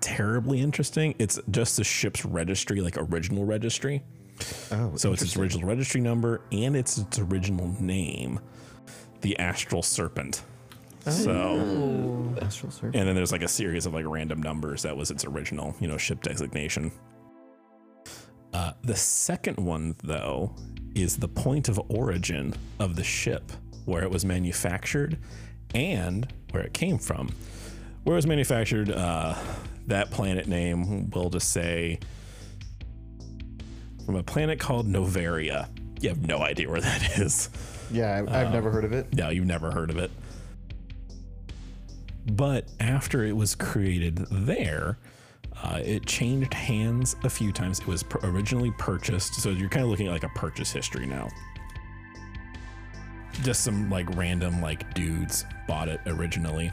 [SPEAKER 1] terribly interesting. It's just the ship's registry, like original registry.
[SPEAKER 3] Oh,
[SPEAKER 1] So it's its original registry number and it's its original name, the Astral Serpent. So,
[SPEAKER 3] Oh. Astral Serpent.
[SPEAKER 1] and then there's like a series of like random numbers that was its original, you know, ship designation. Uh, the second one, though, is the point of origin of the ship, where it was manufactured and where it came from. Where it was manufactured, uh, that planet name, we'll just say, from a planet called Novaria. You have no idea where that is.
[SPEAKER 3] Yeah, I, I've never heard of it.
[SPEAKER 1] No, you've never heard of it. But after it was created there, uh, it changed hands a few times. It was pr- originally purchased, so you're kind of looking at like a purchase history now. Just some like random like dudes bought it originally.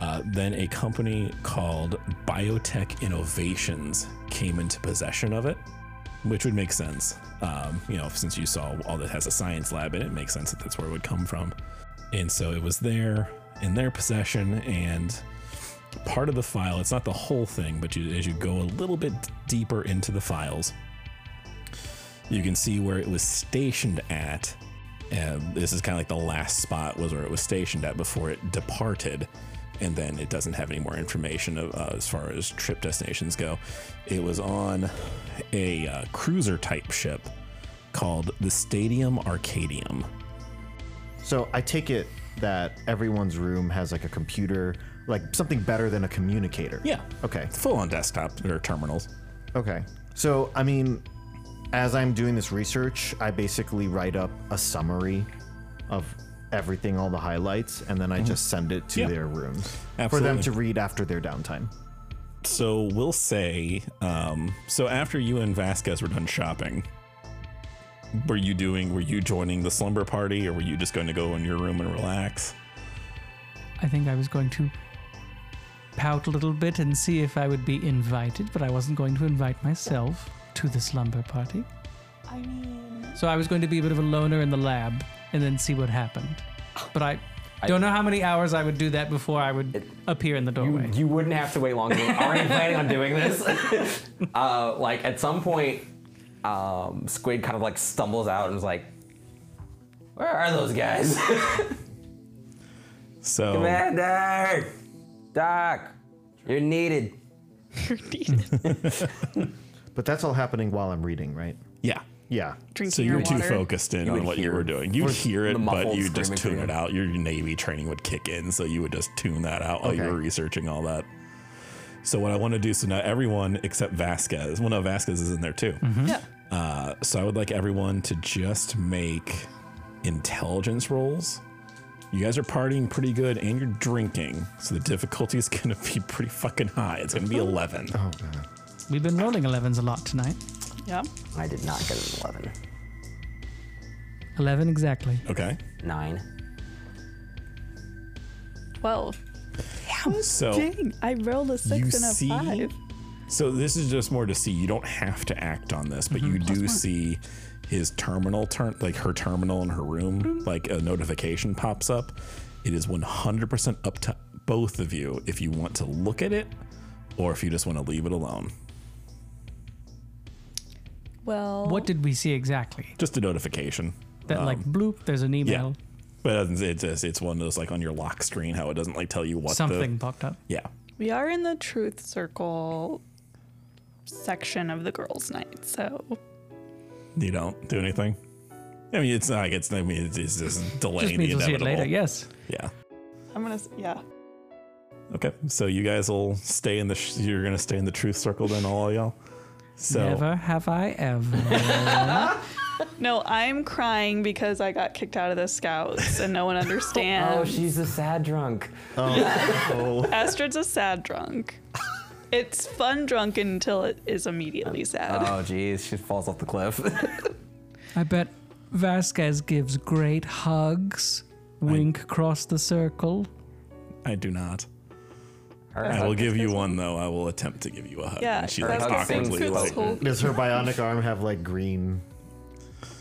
[SPEAKER 1] Uh, then a company called Biotech Innovations came into possession of it, which would make sense. Um, you know, since you saw all that has a science lab in it, it makes sense that that's where it would come from. And so it was there in their possession, and part of the file, it's not the whole thing, but you, as you go a little bit deeper into the files, you can see where it was stationed at. And this is kind of like the last spot was where it was stationed at before it departed. And then it doesn't have any more information of, uh, as far as trip destinations go. It was on a uh, cruiser type ship called the Stadium Arcadium.
[SPEAKER 3] So I take it that everyone's room has like a computer, like something better than a communicator.
[SPEAKER 1] Yeah.
[SPEAKER 3] Okay.
[SPEAKER 1] Full on desktop or terminals.
[SPEAKER 3] Okay. So, I mean, as I'm doing this research, I basically write up a summary of everything, all the highlights, and then I just send it to
[SPEAKER 1] Mm-hmm. Yeah.
[SPEAKER 3] their rooms for them
[SPEAKER 1] Absolutely.
[SPEAKER 3] to read after their downtime.
[SPEAKER 1] So we'll say, um, so after you and Vasquez were done shopping, were you doing? Were you joining the slumber party, or were you just going to go in your room and relax?
[SPEAKER 4] I think I was going to pout a little bit and see if I would be invited, but I wasn't going to invite myself to the slumber party.
[SPEAKER 2] I mean,
[SPEAKER 4] So I was going to be a bit of a loner in the lab and then see what happened. But I don't know how many hours I would do that before I would appear in the
[SPEAKER 5] You,
[SPEAKER 4] doorway.
[SPEAKER 5] you wouldn't have to wait long. We're already planning on doing this. uh, like at some point, um, Squid kind of like stumbles out and is like, "Where are those guys?"
[SPEAKER 1] So
[SPEAKER 5] Commander, Doc, you're needed.
[SPEAKER 2] you're needed.
[SPEAKER 3] But that's all happening while I'm reading, right?
[SPEAKER 1] yeah.
[SPEAKER 3] Yeah.
[SPEAKER 2] Drinking
[SPEAKER 1] So you
[SPEAKER 2] your
[SPEAKER 1] were too
[SPEAKER 2] water.
[SPEAKER 1] focused in on
[SPEAKER 5] would
[SPEAKER 1] what you
[SPEAKER 5] hear
[SPEAKER 1] were doing. You'd hear it,
[SPEAKER 5] the
[SPEAKER 1] but
[SPEAKER 5] muffled
[SPEAKER 1] you just
[SPEAKER 5] screaming
[SPEAKER 1] tune it
[SPEAKER 5] from-
[SPEAKER 1] out. Your Navy training would kick in, so you would just tune that out while you
[SPEAKER 3] Okay.
[SPEAKER 1] were researching all that. So what I want to do, so now everyone except Vasquez. Well, no, Vasquez is in there too.
[SPEAKER 2] Yeah.
[SPEAKER 1] Uh, so I would like everyone to just make intelligence rolls. You guys are partying pretty good, and you're drinking, so the difficulty is going to be pretty fucking high. It's going to be eleven.
[SPEAKER 3] Oh god.
[SPEAKER 4] We've been rolling 11s a lot tonight.
[SPEAKER 2] Yeah.
[SPEAKER 5] I did not get an eleven.
[SPEAKER 4] 11 exactly.
[SPEAKER 1] Okay.
[SPEAKER 5] Nine.
[SPEAKER 2] 12.
[SPEAKER 1] So.
[SPEAKER 2] Dang, I rolled a
[SPEAKER 1] you
[SPEAKER 2] six and a
[SPEAKER 1] see
[SPEAKER 2] five.
[SPEAKER 1] so this is just more to see you don't have to act on this but
[SPEAKER 2] Mm-hmm.
[SPEAKER 1] you do see his terminal turn like her terminal in her
[SPEAKER 2] Mm-hmm.
[SPEAKER 1] room like a notification pops up it is 100% up to both of you if you want to look at it or if you just want to leave it alone
[SPEAKER 2] Well,
[SPEAKER 4] What did we see exactly?
[SPEAKER 1] just a notification
[SPEAKER 4] That like bloop, there's an
[SPEAKER 1] Um, yeah
[SPEAKER 4] email.
[SPEAKER 1] but it doesn't- it's just, it's one of those like on your lock screen how it doesn't like tell you what
[SPEAKER 4] Something
[SPEAKER 1] the,
[SPEAKER 4] popped up.
[SPEAKER 1] yeah
[SPEAKER 2] we are in the truth circle section of the girls' night, so
[SPEAKER 1] you don't do anything I mean, it's not like it's. I mean, it's, it's just delaying
[SPEAKER 4] Just means
[SPEAKER 1] the
[SPEAKER 4] we'll see it
[SPEAKER 1] inevitable.
[SPEAKER 4] later. Yes.
[SPEAKER 1] yeah.
[SPEAKER 2] I'm gonna, s- yeah.
[SPEAKER 1] Okay, so you guys will stay in the. Sh- you're gonna stay in the truth circle then, all y'all. So
[SPEAKER 4] Never have I ever.
[SPEAKER 2] No, I'm crying because I got kicked out of the scouts and no one
[SPEAKER 5] Oh,
[SPEAKER 2] understands.
[SPEAKER 5] she's a sad drunk.
[SPEAKER 2] Astrid's a sad drunk. It's fun drunk until it is immediately sad.
[SPEAKER 4] uh,
[SPEAKER 5] Oh, jeez, she falls off the cliff.
[SPEAKER 4] I bet Vasquez gives great hugs. Wink across the circle.
[SPEAKER 1] I do not.
[SPEAKER 5] Her
[SPEAKER 1] I will
[SPEAKER 5] hug-
[SPEAKER 1] give you one though. I will attempt to give you a hug.
[SPEAKER 2] yeah,
[SPEAKER 1] and she
[SPEAKER 2] that's
[SPEAKER 1] like
[SPEAKER 5] hug
[SPEAKER 2] what
[SPEAKER 5] awkwardly,
[SPEAKER 2] Coots
[SPEAKER 5] like-
[SPEAKER 4] "Mm,
[SPEAKER 2] hold-
[SPEAKER 3] Does her bionic arm have like green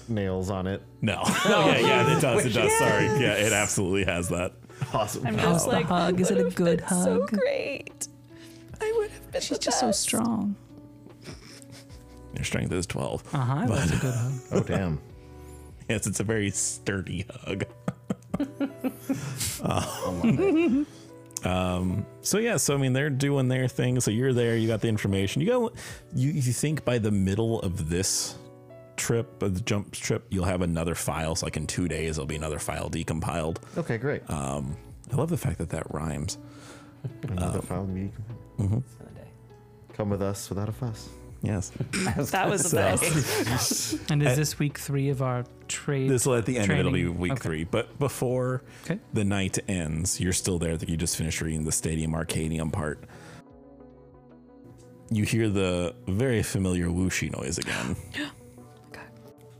[SPEAKER 3] nails on it?
[SPEAKER 1] no. oh yeah, yeah, it does. It does. Sorry. Yeah, it absolutely has that.
[SPEAKER 3] Awesome.
[SPEAKER 2] I'm just
[SPEAKER 4] the
[SPEAKER 3] Oh,
[SPEAKER 2] like,
[SPEAKER 4] hug?
[SPEAKER 2] I
[SPEAKER 4] Is it a
[SPEAKER 2] would've
[SPEAKER 4] good
[SPEAKER 2] been So
[SPEAKER 4] hug?
[SPEAKER 2] great. I would have been.
[SPEAKER 4] She's
[SPEAKER 2] the
[SPEAKER 4] just so
[SPEAKER 2] best.
[SPEAKER 4] strong.
[SPEAKER 1] Your strength is twelve.
[SPEAKER 4] Uh huh. That's a good hug.
[SPEAKER 3] oh damn.
[SPEAKER 1] Yes, it's a very sturdy hug. um, so yeah, so I mean, they're doing their thing. So you're there. You got the information. You got. You you think by the middle of this trip, of the jump trip, you'll have another file. So like in two days, there'll be another file decompiled.
[SPEAKER 3] Okay, great.
[SPEAKER 1] I love the fact that that rhymes.
[SPEAKER 3] Another file we-
[SPEAKER 5] For the day.
[SPEAKER 3] Come with us without a fuss.
[SPEAKER 1] Yes.
[SPEAKER 2] That was the
[SPEAKER 1] So-
[SPEAKER 2] best.
[SPEAKER 4] And is this week three of our trade?
[SPEAKER 1] This will at the end. It'll be
[SPEAKER 4] training?
[SPEAKER 1] week
[SPEAKER 4] Okay.
[SPEAKER 1] three. But before
[SPEAKER 4] Okay.
[SPEAKER 1] the night ends, you're still there. You just finished reading the Stadium Arcadium part. You hear the very familiar whooshy noise again.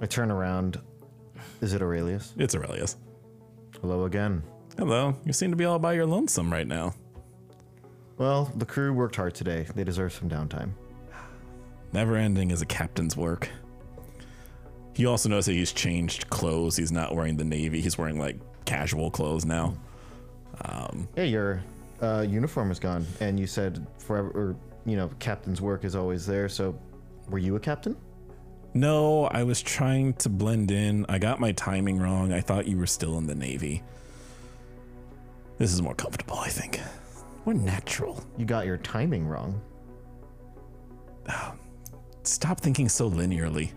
[SPEAKER 3] I turn around. Is it Aurelius?
[SPEAKER 1] It's Aurelius.
[SPEAKER 3] Hello again.
[SPEAKER 1] Hello. You seem to be all by your lonesome right now.
[SPEAKER 3] Well, the crew worked hard today. They deserve some downtime.
[SPEAKER 1] Never ending is a captain's work. You also notice that he's changed clothes. He's not wearing the navy. He's wearing like casual clothes now.
[SPEAKER 3] Yeah, your uh, uniform is gone, and you said forever, or you know, captain's work is always there. So, were you a captain?
[SPEAKER 1] No, I was trying to blend in. I got my timing wrong. I thought you were still in the Navy. This is more comfortable, I think. More natural.
[SPEAKER 3] You got your timing wrong.
[SPEAKER 1] Stop thinking so linearly.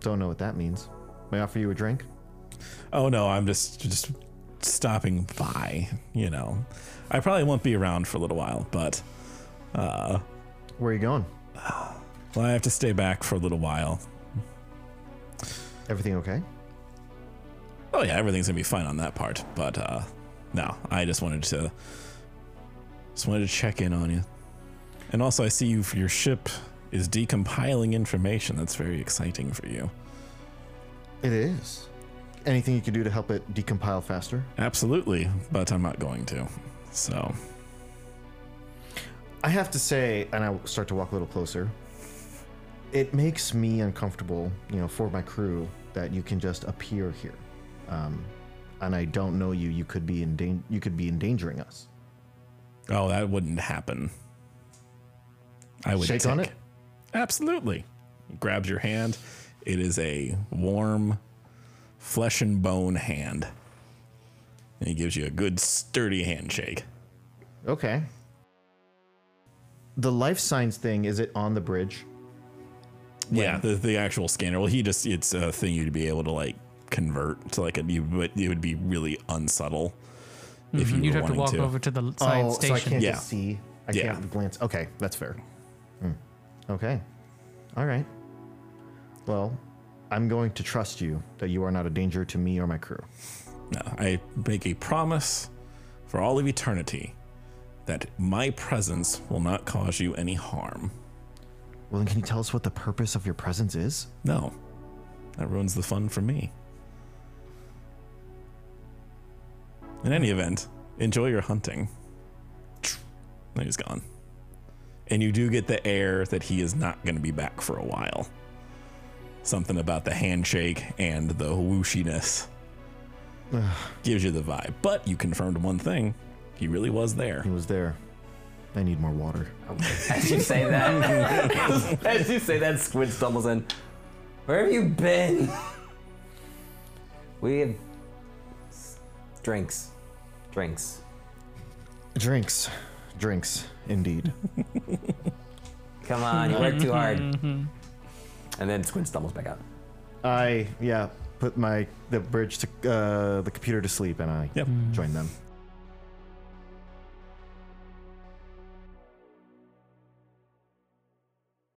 [SPEAKER 3] Don't know what that means. May I offer you a drink?
[SPEAKER 1] Oh no, I'm just just stopping by, you know. I probably won't be around for a little while, but
[SPEAKER 3] Where are you going?
[SPEAKER 1] well, I have to stay back for a little while.
[SPEAKER 3] Everything okay?
[SPEAKER 1] Oh yeah, everything's gonna be fine on that part, but uh no, I just wanted to just wanted to check in on you. And also I see you your ship is decompiling information. That's very exciting for you.
[SPEAKER 3] It is. Anything you can do to help it decompile faster?
[SPEAKER 1] Absolutely, but I'm not going to. So,
[SPEAKER 3] I have to say, and I start to walk a little closer. It makes me uncomfortable, you know, for my crew that you can just appear here, um, and I don't know you. You could be in dan- You could be endangering us.
[SPEAKER 1] oh, that wouldn't happen. I would
[SPEAKER 3] Shake on
[SPEAKER 1] tick.
[SPEAKER 3] it?
[SPEAKER 1] Absolutely. He grabs your hand. It is a warm, flesh and bone hand. And he gives you a good, sturdy handshake.
[SPEAKER 3] Okay. The life signs thing is it on the bridge?
[SPEAKER 1] Yeah, the, the actual scanner. Well, he just it's a thing you'd be able to like convert to like a you, but it would be really unsubtle if you
[SPEAKER 4] Mm-hmm. You'd
[SPEAKER 1] were
[SPEAKER 4] have
[SPEAKER 1] wanting
[SPEAKER 4] to walk
[SPEAKER 1] to.
[SPEAKER 4] over to the science
[SPEAKER 3] Oh, so I
[SPEAKER 4] station.
[SPEAKER 3] can't
[SPEAKER 1] Yeah.
[SPEAKER 3] just see. I
[SPEAKER 1] Yeah.
[SPEAKER 3] can't glance. Okay, that's fair. Hmm. Okay. All right. Well, I'm going to trust you that you are not a danger to me or my crew.
[SPEAKER 1] No, I make a promise for all of eternity that my presence will not cause you any harm.
[SPEAKER 3] Well, then can you tell us what the purpose of your presence is?
[SPEAKER 1] No, that ruins the fun for me. In any event, enjoy your hunting. And he's gone. And you do get the air that he is not going to be back for a while. Something about the handshake and the whooshiness gives you the vibe. But you confirmed one thing he really was there.
[SPEAKER 3] He was there. I need more water.
[SPEAKER 5] As you say that, as you say that, Squid stumbles in. Where have you been? We have drinks, drinks.
[SPEAKER 3] Drinks. Drinks, indeed.
[SPEAKER 5] Come on, you worked too hard. And then Squid stumbles back out.
[SPEAKER 3] I, yeah, put my, the bridge to, uh, the computer to sleep and I
[SPEAKER 1] Yep.
[SPEAKER 4] Hmm.
[SPEAKER 3] joined them.